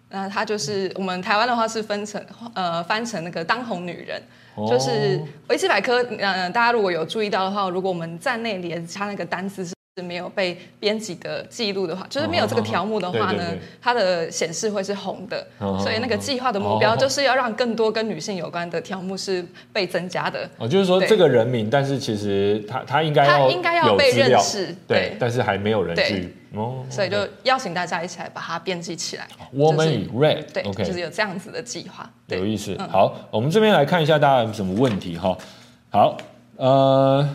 Speaker 3: 那它就是我们台湾的话是分成呃翻成那个当红女人，
Speaker 1: 哦
Speaker 3: 就是维基百科，呃，大家如果有注意到的话，如果我们站内连它那个单词是没有被编辑的记录的话，就是没有这个条目的话呢
Speaker 1: 哦对对对，
Speaker 3: 它的显示会是红的
Speaker 1: 哦，
Speaker 3: 所以那个计划的目标就是要让更多跟女性有关的条目是被增加的。
Speaker 1: 哦，就是说
Speaker 3: 对
Speaker 1: 这个人名，但是其实他他应该要
Speaker 3: 他应该要
Speaker 1: 有
Speaker 3: 被
Speaker 1: 资料
Speaker 3: 认识
Speaker 1: 对
Speaker 3: 对，
Speaker 1: 但是还没有人
Speaker 3: 对
Speaker 1: 去哦。
Speaker 3: 所以就邀请大家一起来把它编辑起来。
Speaker 1: Woman
Speaker 3: 就是
Speaker 1: in Red，
Speaker 3: 对
Speaker 1: o k
Speaker 3: 就是有这样子的计划。对嗯
Speaker 1: 有意思。好，我们这边来看一下大家有什么问题哈。好，呃，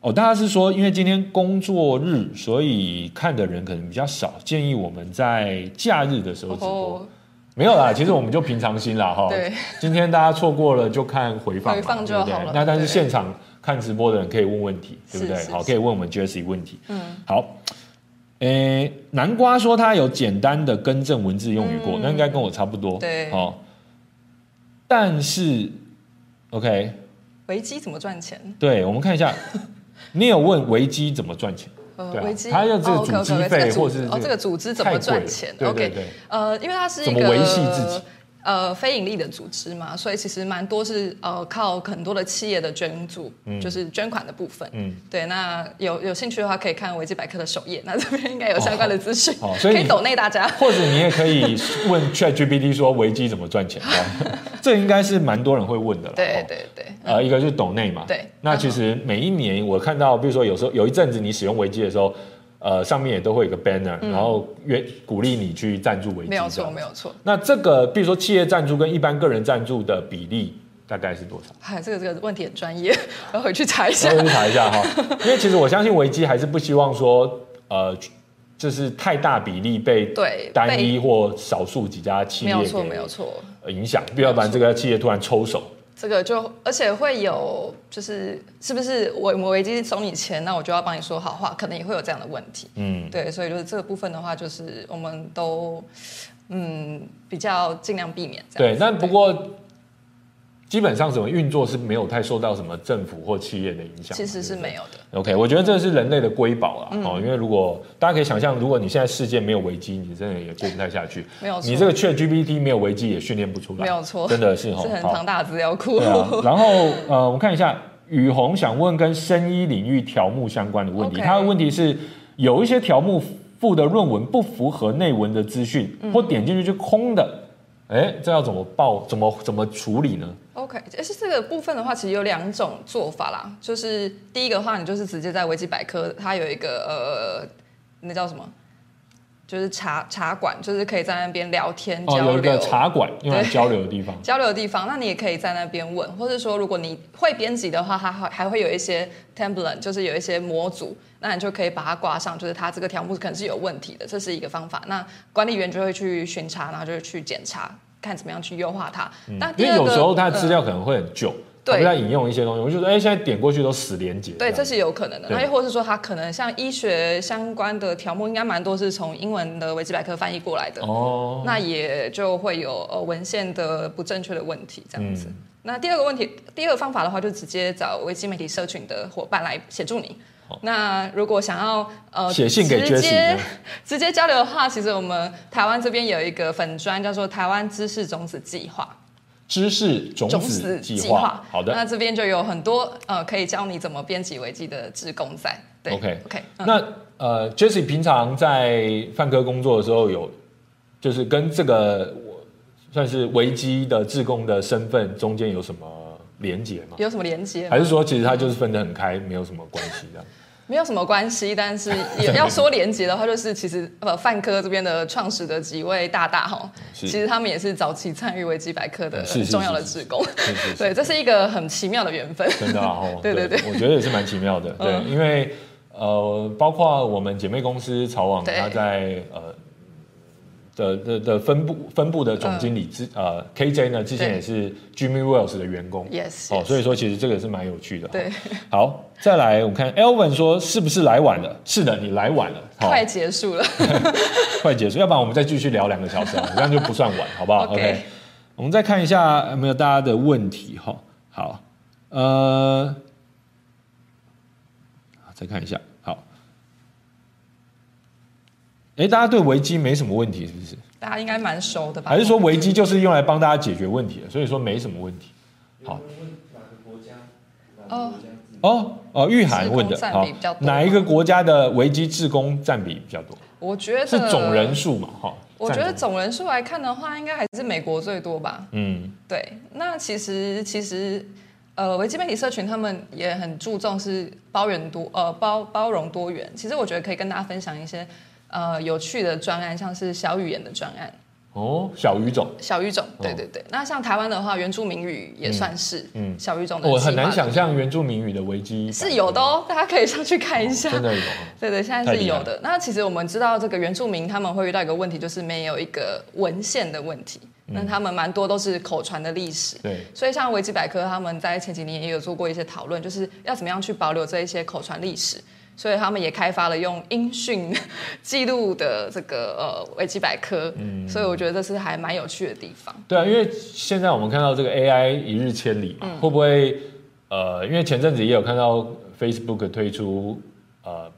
Speaker 1: 哦，大家是说因为今天工作日，所以看的人可能比较少，建议我们在假日的时候直播。
Speaker 3: 哦，
Speaker 1: 没有啦，其实我们就平常心啦哈。
Speaker 3: [laughs] 对，
Speaker 1: 今天大家错过了就看回放嘛，
Speaker 3: 回放就
Speaker 1: 对不对
Speaker 3: 好了
Speaker 1: 那但是
Speaker 3: 对
Speaker 1: 现场看直播的人可以问问题，对不对？
Speaker 3: 是是
Speaker 1: 好，
Speaker 3: 是
Speaker 1: 可以问我们 Jesse 问题。嗯，好。诶，南瓜说他有简单的更正文字用语过，那应该跟我差不多。
Speaker 3: 嗯对
Speaker 1: 好、但是，OK，
Speaker 3: 维基怎么赚钱？
Speaker 1: 对，我们看一
Speaker 3: [laughs]
Speaker 1: 下，你有问维基怎么赚钱？
Speaker 3: 呃
Speaker 1: 对啊
Speaker 3: 维基，
Speaker 1: 它要这个
Speaker 3: 哦，OK，OK，
Speaker 1: 组织
Speaker 3: OK，
Speaker 1: 费
Speaker 3: 这个组
Speaker 1: 或是
Speaker 3: 哦，
Speaker 1: 这个
Speaker 3: 这个组织怎
Speaker 1: 太
Speaker 3: 么
Speaker 1: 贵
Speaker 3: 赚
Speaker 1: 了
Speaker 3: 钱
Speaker 1: 对对
Speaker 3: ？OK，
Speaker 1: 对
Speaker 3: 呃，因为它是一
Speaker 1: 怎
Speaker 3: 个
Speaker 1: 么维系自己
Speaker 3: 呃非盈利的组织嘛，所以其实蛮多是呃靠很多的企业的捐助，就是捐款的部分。
Speaker 1: 嗯
Speaker 3: 嗯，对，那有有兴趣的话可以看维基百科的首页，那这边应该有相关的资讯，
Speaker 1: 哦哦所以
Speaker 3: 可以
Speaker 1: 你
Speaker 3: 抖内大家。
Speaker 1: 或者你也可以问 ChatGPT 说维基怎么赚钱，这
Speaker 3: [laughs]
Speaker 1: 样这应该是蛮多人会问的了。
Speaker 3: 对
Speaker 1: 哦
Speaker 3: 对对，
Speaker 1: 呃，一个就是抖内嘛。
Speaker 3: 对嗯
Speaker 1: 那其实每一年我看到，比如说有时候有一阵子你使用维基的时候，呃，上面也都会有一个 banner，、然后约鼓励你去赞助维基。
Speaker 3: 嗯没有错，没。有错。
Speaker 1: 那这个比如说企业赞助跟一般个人赞助的比例大概是
Speaker 3: [laughs]
Speaker 1: 多少？
Speaker 3: 哎，这个这个问题很专业， [laughs] 我要回去查一下
Speaker 1: 稍。微去查一下哈，因为其实我相信维基还是不希望说呃。就是太大比例被
Speaker 3: 对
Speaker 1: 单一
Speaker 3: 被
Speaker 1: 或少数几家企
Speaker 3: 没
Speaker 1: 业
Speaker 3: 有错，
Speaker 1: 给
Speaker 3: 没有错。
Speaker 1: 呃影响，要不然这个企业突然抽手，
Speaker 3: 这个就而且会有，就是是不是我我危机收你钱，那我就要帮你说好话，可能也会有这样的问题。
Speaker 1: 嗯，
Speaker 3: 对，所以就是这个部分的话，就是我们都嗯比较尽量避免这样
Speaker 1: 对，
Speaker 3: 子。
Speaker 1: 但不过基本上整个运作是没有太受到什么政府或企业的影响嘛，
Speaker 3: 其实是
Speaker 1: 对不对
Speaker 3: 没有嗯的。
Speaker 1: OK，我觉得这是人类的瑰宝啦，哦、因为如果大家可以想象，如果你现在世界没有危机，你真的也过不太下去。
Speaker 3: 没有错
Speaker 1: 你这个 Chat GPT 没有危机也训练不出来，
Speaker 3: 没有错
Speaker 1: 真的是
Speaker 3: 是
Speaker 1: 哈，
Speaker 3: 很
Speaker 1: 好
Speaker 3: 庞大的资料库。
Speaker 1: 对啊，
Speaker 3: [laughs]
Speaker 1: 然后呃，我看一下，雨虹想问跟生医领域条目相关的问题。
Speaker 3: OK
Speaker 1: 他的问题是，有一些条目附的论文不符合内文的资讯，
Speaker 3: 嗯
Speaker 1: 或点进去就空的，哎，这要怎么报？怎么怎么处理呢？
Speaker 3: OK，而且这个部分的话，其实有两种做法啦。就是第一个的话，你就是直接在维基百科，它有一个呃，那叫什么就是茶茶馆，就是可以在那边聊天
Speaker 1: 哦，
Speaker 3: 交
Speaker 1: 有一
Speaker 3: 流。
Speaker 1: 个茶馆用来
Speaker 3: 对
Speaker 1: 交流的地方。
Speaker 3: 交流的地方，那你也可以在那边问，或者说如果你会编辑的话，它还还会有一些 template，就是有一些模组，那你就可以把它挂上，就是它这个条目可能是有问题的，这是一个方法。那管理员就会去巡查，然后就会去检查，看怎么样去优化它。那
Speaker 1: 嗯因
Speaker 3: 第
Speaker 1: 为
Speaker 3: 二
Speaker 1: 有
Speaker 3: 个
Speaker 1: 时候它的资
Speaker 3: 呃
Speaker 1: 料可能会很旧，
Speaker 3: 对
Speaker 1: 他们在引用一些东西，我就觉得哎、现在点过去都死连结。
Speaker 3: 嗯对，
Speaker 1: 样
Speaker 3: 这是有可能的。
Speaker 1: 对
Speaker 3: 那又或是说，它可能像医学相关的条目，应该蛮多是从英文的维基百科翻译过来的，
Speaker 1: 哦，
Speaker 3: 那也就会有呃文献的不正确的问题这样子。
Speaker 1: 嗯
Speaker 3: 那第二个问题，第二个方法的话，就直接找维基媒体社群的伙伴来协助你。那如果想要呃
Speaker 1: 哦写信给
Speaker 3: 直
Speaker 1: Jessie 这
Speaker 3: 接
Speaker 1: 样
Speaker 3: 直接交流的话，其实我们台湾这边有一个粉专叫做台湾知识种子计划。
Speaker 1: 知识种
Speaker 3: 种
Speaker 1: 子
Speaker 3: 子
Speaker 1: 计
Speaker 3: 计
Speaker 1: 划
Speaker 3: 划。。
Speaker 1: 好的，
Speaker 3: 那这边就有很多呃可以教你怎么编辑维基的志工在。对
Speaker 1: OK
Speaker 3: OK，嗯、
Speaker 1: 那呃，Jesse 平常在范科工作的时候有，就是跟这个我算是维基的志工的身份中间有什么连结吗？
Speaker 3: 有什么连接吗
Speaker 1: 还？是说其实他就是分得很开，没有什么关系
Speaker 3: [laughs]
Speaker 1: 的？
Speaker 3: 没有什么关系，
Speaker 1: [laughs]
Speaker 3: 但是也要说连接的话，就是其实呃泛科这边的创始的几位大大哈，
Speaker 1: 是
Speaker 3: 其实他们也是早期参与维基百科的
Speaker 1: 嗯是是是
Speaker 3: 重要的
Speaker 1: 是
Speaker 3: 志工。
Speaker 1: 是是是，
Speaker 3: [laughs] 对，这是一个很奇妙的缘分。 [laughs]
Speaker 1: 真的啊，哦
Speaker 3: 对对对嗯
Speaker 1: 我觉得也是蛮奇妙的，对，因为呃，包括我们姐妹公司潮网，
Speaker 3: 对
Speaker 1: 它在呃。的的的分部分部的总经理之、呃 KJ 呢，之前
Speaker 3: 嗯对
Speaker 1: 也是 Jimmy Wells 的员工
Speaker 3: Yes，
Speaker 1: 哦，
Speaker 3: yes
Speaker 1: 所以说其实这个是蛮有趣的。
Speaker 3: 对，
Speaker 1: 好，再来我们看 Elvin 说是不是来晚了？是的，你来晚了，好，
Speaker 3: 快结束了， [laughs]
Speaker 1: 快结束，要不然我们再继续聊两个小时啊，这样就不算晚，好不好
Speaker 3: OK
Speaker 1: 我们再看一下有没有大家的问题哈。好，呃，再看一下，好。哎，大家对维基没什么问题，是不是？
Speaker 3: 大家应该蛮熟的吧？
Speaker 1: 还是说维基就是用来帮大家解决问题的，所以说没什么问题？好，
Speaker 3: 哦，
Speaker 1: 哦哦，玉涵问的
Speaker 3: 志工，占
Speaker 1: 好
Speaker 3: 比比较，多
Speaker 1: 哪一个国家的维基志工占比比较多？
Speaker 3: 我觉得
Speaker 1: 是总人，数嘛？哈，
Speaker 3: 我觉
Speaker 1: 占
Speaker 3: 得
Speaker 1: 总
Speaker 3: 总人数来看的话，应该还是美国最多吧。
Speaker 1: 嗯
Speaker 3: 对，那其实其实呃，维基媒体社群他们也很注重是包容多呃包包容多元。其实我觉得可以跟大家分享一些呃有趣的专案，像是小语言的专案，
Speaker 1: 哦，小语种。
Speaker 3: 小语种，对对对。那像台湾的话，原住民语也算是
Speaker 1: 哦嗯嗯
Speaker 3: 小语种的、
Speaker 1: 我很难想象原住民语的危机
Speaker 3: 是有的哦，大家可以上去看一
Speaker 1: [laughs]
Speaker 3: 下。
Speaker 1: 哦真的有。
Speaker 3: 对对，现在是有的。那其实我们知道，这个原住民他们会遇到一个问题，就是没有一个文献的问题。
Speaker 1: 嗯
Speaker 3: 那他们蛮多都是口传的历史，
Speaker 1: 对，
Speaker 3: 所以像维基百科他们在前几年也有做过一些讨论，就是要怎么样去保留这一些口传历史。所以他们也开发了用音讯记录的这个呃维基百科，
Speaker 1: 嗯
Speaker 3: 所以我觉得这是还蛮有趣的地方。
Speaker 1: 对啊，因为现在我们看到这个 AI 一日千里嘛，
Speaker 3: 嗯
Speaker 1: 会不会呃，因为前阵子也有看到 Facebook 推出呃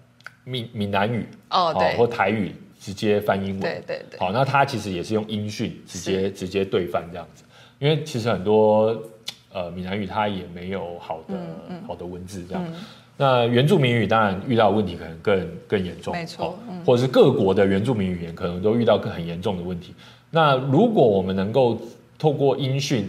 Speaker 1: 闽闽南语
Speaker 3: 哦对
Speaker 1: 啊或台语直接翻英文，
Speaker 3: 对对对，
Speaker 1: 好，那它其实也是用音讯直接直接对翻这样子，因为其实很多呃闽南语它也没有好的、
Speaker 3: 嗯
Speaker 1: 好的文字这样。那原住民语当然遇到的问题可能更更严重，
Speaker 3: 没错嗯
Speaker 1: 好或者是各国的原住民语言可能都遇到更很严重的问题。那如果我们能够透过音讯，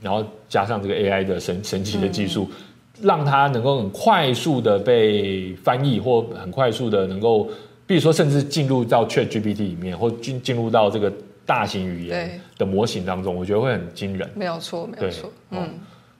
Speaker 1: 然后加上这个 AI 的神神奇的技术，
Speaker 3: 嗯
Speaker 1: 让它能够很快速的被翻译，或很快速的能够，比如说甚至进入到 ChatGPT 里面，或进进入到这个大型语言
Speaker 3: 对
Speaker 1: 的模型当中，我觉得会很惊人。
Speaker 3: 没有错，没有
Speaker 1: 对
Speaker 3: 错，
Speaker 1: 哦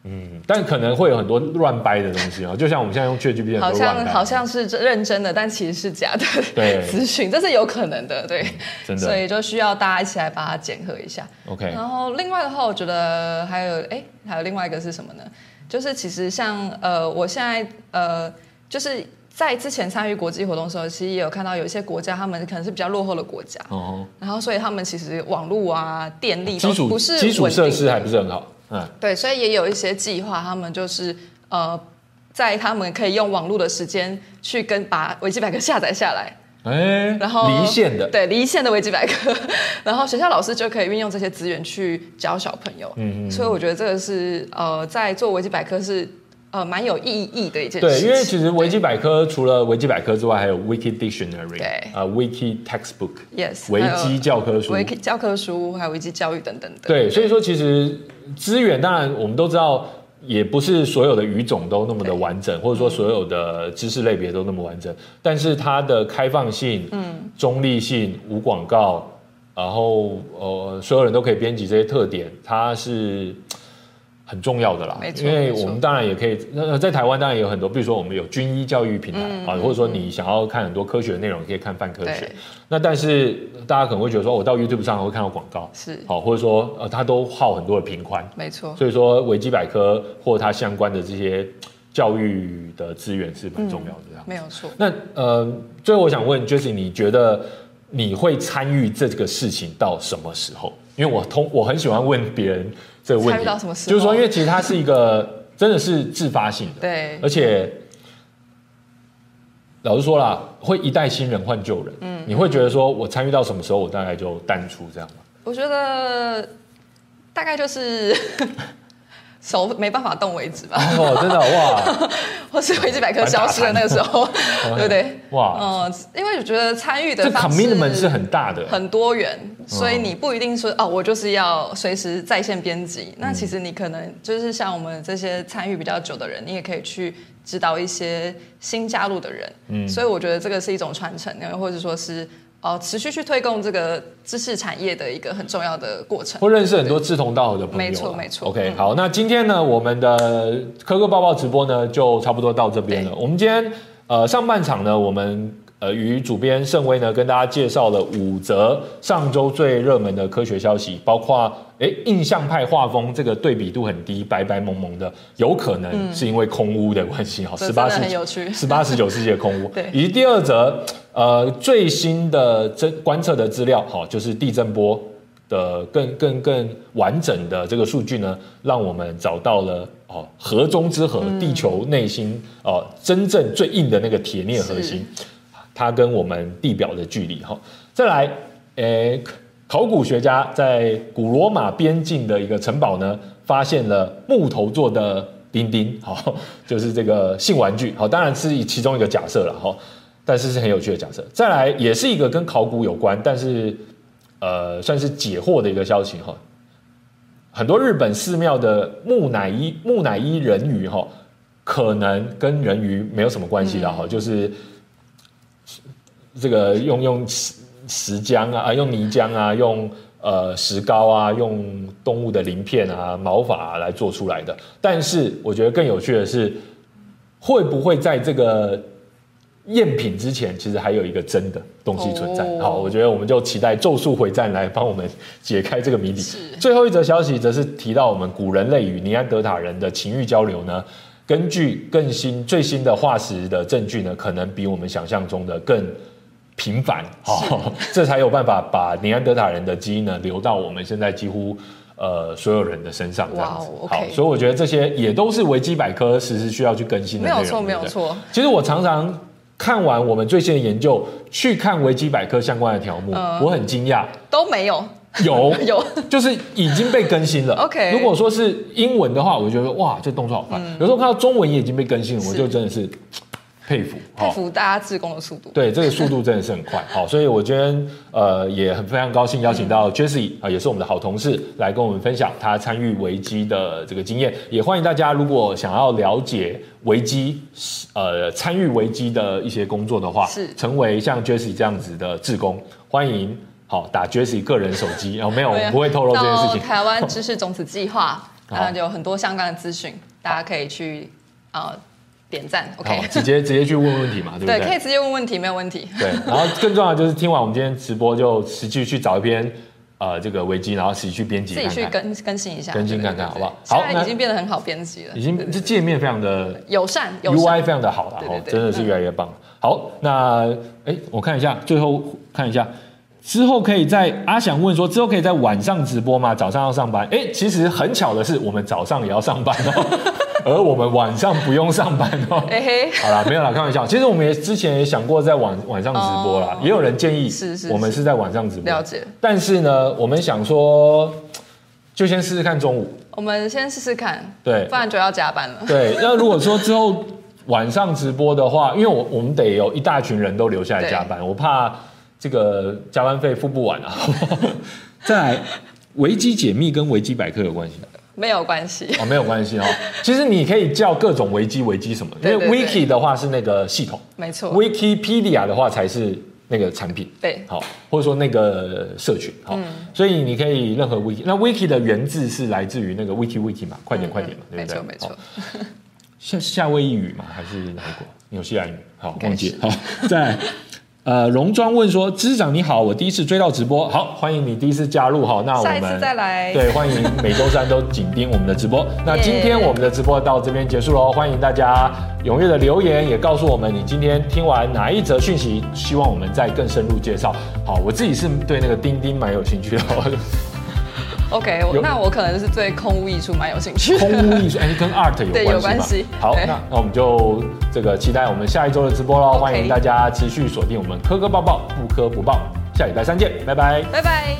Speaker 3: 嗯，
Speaker 1: 嗯，但可能会有很多乱掰的东西啊，就像我们现在用 ChatGPT 很
Speaker 3: 好
Speaker 1: 多乱
Speaker 3: 像
Speaker 1: 掰，
Speaker 3: 好像是真认真的，但其实是假的
Speaker 1: 对
Speaker 3: [laughs]
Speaker 1: 嗯
Speaker 3: 资讯，这是有可能的，对，
Speaker 1: 真
Speaker 3: 所
Speaker 1: 的
Speaker 3: 以就嗯需要大家一起来把它检核一下。
Speaker 1: OK，
Speaker 3: 然后另外的话，我觉得还有哎，还有另外一个是什么呢？就是其实像呃，我现在呃，就是在之前参与国际活动的时候，其实也有看到有一些国家，他们可能是比较落后的国家，
Speaker 1: 哦，
Speaker 3: 然后所以他们其实网络啊、电力都
Speaker 1: 基础
Speaker 3: 不是
Speaker 1: 基础
Speaker 3: 稳定
Speaker 1: 设施
Speaker 3: 的
Speaker 1: 还不是很好，嗯，
Speaker 3: 对，所以也有一些计划，他们就是呃，在他们可以用网络的时间去跟把维基百科下载下来，
Speaker 1: 哎，
Speaker 3: 然后
Speaker 1: 离线的，
Speaker 3: 对离线的维基百科，然后学校老师就可以运用这些资源去教小朋友。嗯所以我觉得这个是呃，在做维基百科是呃蛮有意义的一件事
Speaker 1: 对，
Speaker 3: 情。
Speaker 1: 因为其实维基百科除了维基百科之外，还有 Wiki Dictionary，
Speaker 3: 对
Speaker 1: 啊、w i k i Textbook，
Speaker 3: yes
Speaker 1: 维基教科书，
Speaker 3: 维基教科书还有维基教育等等的。
Speaker 1: 对，所以说其实资源当然我们都知道，也不是所有的语种都那么的完整，或者说所有的知识类别都那么完整，但是它的开放性、嗯、中立性、无广告，然后呃，所有人都可以编辑这些特点，它是很重要的啦
Speaker 3: 没。错
Speaker 1: 因为
Speaker 3: 没错
Speaker 1: 我们当然也可以，呃，在台湾当然也有很多，比如说我们有军医教育平台、啊，或者说你想要看很多科学的内容，你可以看泛科学
Speaker 3: 嗯对。
Speaker 1: 那但是大家可能会觉得说，哦我到 YouTube 上会看到广告，
Speaker 3: 是
Speaker 1: 好，或者说呃，它都耗很多的频宽。
Speaker 3: 没错，
Speaker 1: 所以说，维基百科或它相关的这些教育的资源是蛮重要的。这样。
Speaker 3: 没有错。
Speaker 1: 那呃，最后我想问 Jesse，你觉得你会参与这个事情到什么时候？因为我通我很喜欢问别人这个问题，
Speaker 3: 参与到什么时候
Speaker 1: 就是说，因为其实它是一个真的是自发性的，
Speaker 3: 对
Speaker 1: 而且老实说啦，会一代新人换旧人，嗯，你会觉得说我参与到什么时候，我大概就淡出这样吗？
Speaker 3: 我觉得大概就是 [laughs] 手没办法动为止吧，
Speaker 1: [laughs] 哦，真的哇，
Speaker 3: 或是维基百科消失的那个
Speaker 1: [laughs]
Speaker 3: 时
Speaker 1: 哦
Speaker 3: 候， [laughs] 对不对？
Speaker 1: 哇
Speaker 3: 嗯，因为我觉得参与
Speaker 1: 这
Speaker 3: 的方式
Speaker 1: commitment 是很大的，
Speaker 3: 很多元，
Speaker 1: 嗯
Speaker 3: 所以你不一定说哦，我就是要随时在线编
Speaker 1: 嗯
Speaker 3: 辑。那其实你可能就是像我们这些参与比较久的人，你也可以去指导一些新加入的人。嗯，所以我觉得这个是一种传承，然后或者说是哦，持续去推动这个知识产业的一个很重要的过程。
Speaker 1: 会认识很多志同道合的朋友啦。
Speaker 3: 没错没错嗯
Speaker 1: OK，好，那今天呢，我们的科科报报直播呢，就差不多到这边了。我们今天呃上半场呢，我们呃与主编盛威呢，跟大家介绍了五则上周最热门的科学消息，包括诶印象派画风这个对比度很低，白白蒙蒙的，有可能是因为空屋的关系哈，哦
Speaker 3: 这
Speaker 1: 十
Speaker 3: 嗯真的
Speaker 1: 八世
Speaker 3: 很
Speaker 1: 纪
Speaker 3: 有趣
Speaker 1: 十八十九世纪的空屋。
Speaker 3: 对
Speaker 1: 以及第二则，呃，最新的侦观测的资料，好、就是地震波的更更更完整的这个数据呢，让我们找到了哦，核中之核，地球内心哦，真正最硬的那个铁链核心，它跟我们地表的距离哈、再来，诶，考古学家在古罗马边境的一个城堡呢，发现了木头做的钉钉，好， [laughs] 就是这个性玩具，好，当然是以其中一个假设了哈，但是是很有趣的假设。再来，也是一个跟考古有关，但是呃，算是解惑的一个消息哈。很多日本寺庙的木乃伊、木乃伊人鱼哈，可能跟人鱼没有什么关系的哈，就是这个用用石石浆啊，啊用泥浆啊，用呃石膏啊，用动物的鳞片啊、毛发啊、来做出来的。但是我觉得更有趣的是，会不会在这个赝品之前，其实还有一个真的东西存在？
Speaker 3: 哦
Speaker 1: 好，我觉得我们就期待《咒术回战》来帮我们解开这个谜底。最后一则消息则是提到我们古人类与尼安德塔人的情欲交流呢。根据更新最新的化石的证据呢，可能比我们想象中的更频繁，好、这才有办法把尼安德塔人的基因呢留到我们现在几乎呃所有人的身上这样子。
Speaker 3: 哇哦，OK
Speaker 1: 好，所以我觉得这些也都是维基百科时时需要去更新的内
Speaker 3: 没
Speaker 1: 容。
Speaker 3: 有错，没
Speaker 1: 对不
Speaker 3: 有
Speaker 1: 对。
Speaker 3: 错。
Speaker 1: 其实我常常看完我们最新的研究，去看维基百科相关的条目，
Speaker 3: 嗯
Speaker 1: 我很惊
Speaker 3: [laughs]
Speaker 1: 讶，
Speaker 3: 都没有，
Speaker 1: 有
Speaker 3: 有
Speaker 1: 就是已经被更新了。
Speaker 3: [laughs] OK 嗯
Speaker 1: 如果说是英文的话，我觉得哇，这动作好快。有时候看到中文也已经被更新了，我就真的是佩服，
Speaker 3: 佩
Speaker 1: 好
Speaker 3: 服大家自工的速度。
Speaker 1: 哦对，这个速度真的是很快。
Speaker 3: [laughs]
Speaker 1: 好，所以我今天呃也很非常高兴邀请到 Jesse 啊、也是我们的好同事，来跟我们分享他参与维基的这个经验。也欢迎大家如果想要了解维基呃参与维基的一些工作的话，
Speaker 3: 是
Speaker 1: 成为像 Jesse 这样子的志工，欢迎。好，打 Jesse 个人手机哦，没有，我们不会透露这件事情
Speaker 3: 啊到。台湾知识种子
Speaker 1: [laughs]
Speaker 3: 计划，
Speaker 1: 好
Speaker 3: 那就有很多相关的资讯，大家可以去啊、呃点赞
Speaker 1: 好
Speaker 3: ，OK，，
Speaker 1: 直接直接去问问题嘛，对不
Speaker 3: 啊对，可以直接问问题，没有问题。
Speaker 1: 对，然后更重要的就是听完我们今天直播，就实际去找一篇呃这个维基，然后实际去编辑
Speaker 3: 自
Speaker 1: 看
Speaker 3: 己
Speaker 1: 看，
Speaker 3: 去更更新一下，
Speaker 1: 更新
Speaker 3: 对
Speaker 1: 看看好不好
Speaker 3: 对对
Speaker 1: 好
Speaker 3: 现
Speaker 1: 那
Speaker 3: 在已经变得很好编辑了
Speaker 1: 已，经这界面非常的
Speaker 3: 友善友
Speaker 1: UI
Speaker 3: 善。
Speaker 1: 非常的好了，
Speaker 3: 对对
Speaker 1: 哦，
Speaker 3: 对
Speaker 1: 真的是越来越棒了。好，那哎，我看一下，最后看一下。之后可以在阿翔问说，之后可以在晚上直播吗？早上要上班？哎，其实很巧的是，我们早上也要上班
Speaker 3: [laughs]
Speaker 1: 哦，而我们晚上不用上班哦。
Speaker 3: 哎嘿，
Speaker 1: 好啦，没有啦，开玩笑。其实我们也之前也想过在晚晚上直播啦，
Speaker 3: 哦
Speaker 1: 也有人建议
Speaker 3: 是是
Speaker 1: 我们是在晚上直播。
Speaker 3: 了解。
Speaker 1: 但是呢，我们想说，就先试试看中午。
Speaker 3: 我们先试试看，
Speaker 1: 对
Speaker 3: 不然就要加
Speaker 1: [laughs]
Speaker 3: 班了。
Speaker 1: 对，那如果说之后晚上直播的话，因为我我们得有一大群人都留下来加班，我怕这个加 [laughs] 班费付不完啊。再来，维基解密跟维基百科有关系的。
Speaker 3: 没有关系。
Speaker 1: 哦，没有关系哦。其实你可以叫各种维基、维基什么的，因为
Speaker 3: 对对对
Speaker 1: wiki 的话是那个系统，
Speaker 3: 没错
Speaker 1: Wikipedia 的话才是那个产品，
Speaker 3: 对
Speaker 1: 好，或者说那个社群，好，所以你可以任何 Wiki，那 Wiki 的源自是来自于那个 Wiki Wiki 嘛，快点快点嘛，对
Speaker 3: 没
Speaker 1: 不对？
Speaker 3: 错没错
Speaker 1: 好，。夏夏威夷语嘛，还是哪一国？纽西兰语？好，
Speaker 3: 该
Speaker 1: 忘记了。好，再来。呃，荣庄问说：“知长你好，我第一次追到直播，好，欢迎你第一次加入，好，那我们
Speaker 3: 下一次再来
Speaker 1: 对，欢迎每周三都紧盯我们的直
Speaker 3: [laughs]
Speaker 1: 播。那
Speaker 3: 耶
Speaker 1: 今天我们的直播到这边结束喽，欢迎大家踊跃的留言，也告诉我们你今天听完哪一则讯息，希望我们再更深入介绍。好，我自己是对那个钉钉蛮有兴趣的， [laughs]
Speaker 3: OK，我
Speaker 1: 有
Speaker 3: 那我可能是对空屋艺术蛮有兴趣的。
Speaker 1: 空屋艺术，哎，跟 art 有
Speaker 3: 对
Speaker 1: 关系
Speaker 3: 有关
Speaker 1: 吧
Speaker 3: 系
Speaker 1: 好，
Speaker 3: 对
Speaker 1: 那那我们就这个期待我们下一周的直播喽，
Speaker 3: OK
Speaker 1: 欢迎大家持续锁定我们科科报报，不科不报，下礼拜三见，拜拜。
Speaker 3: 拜拜。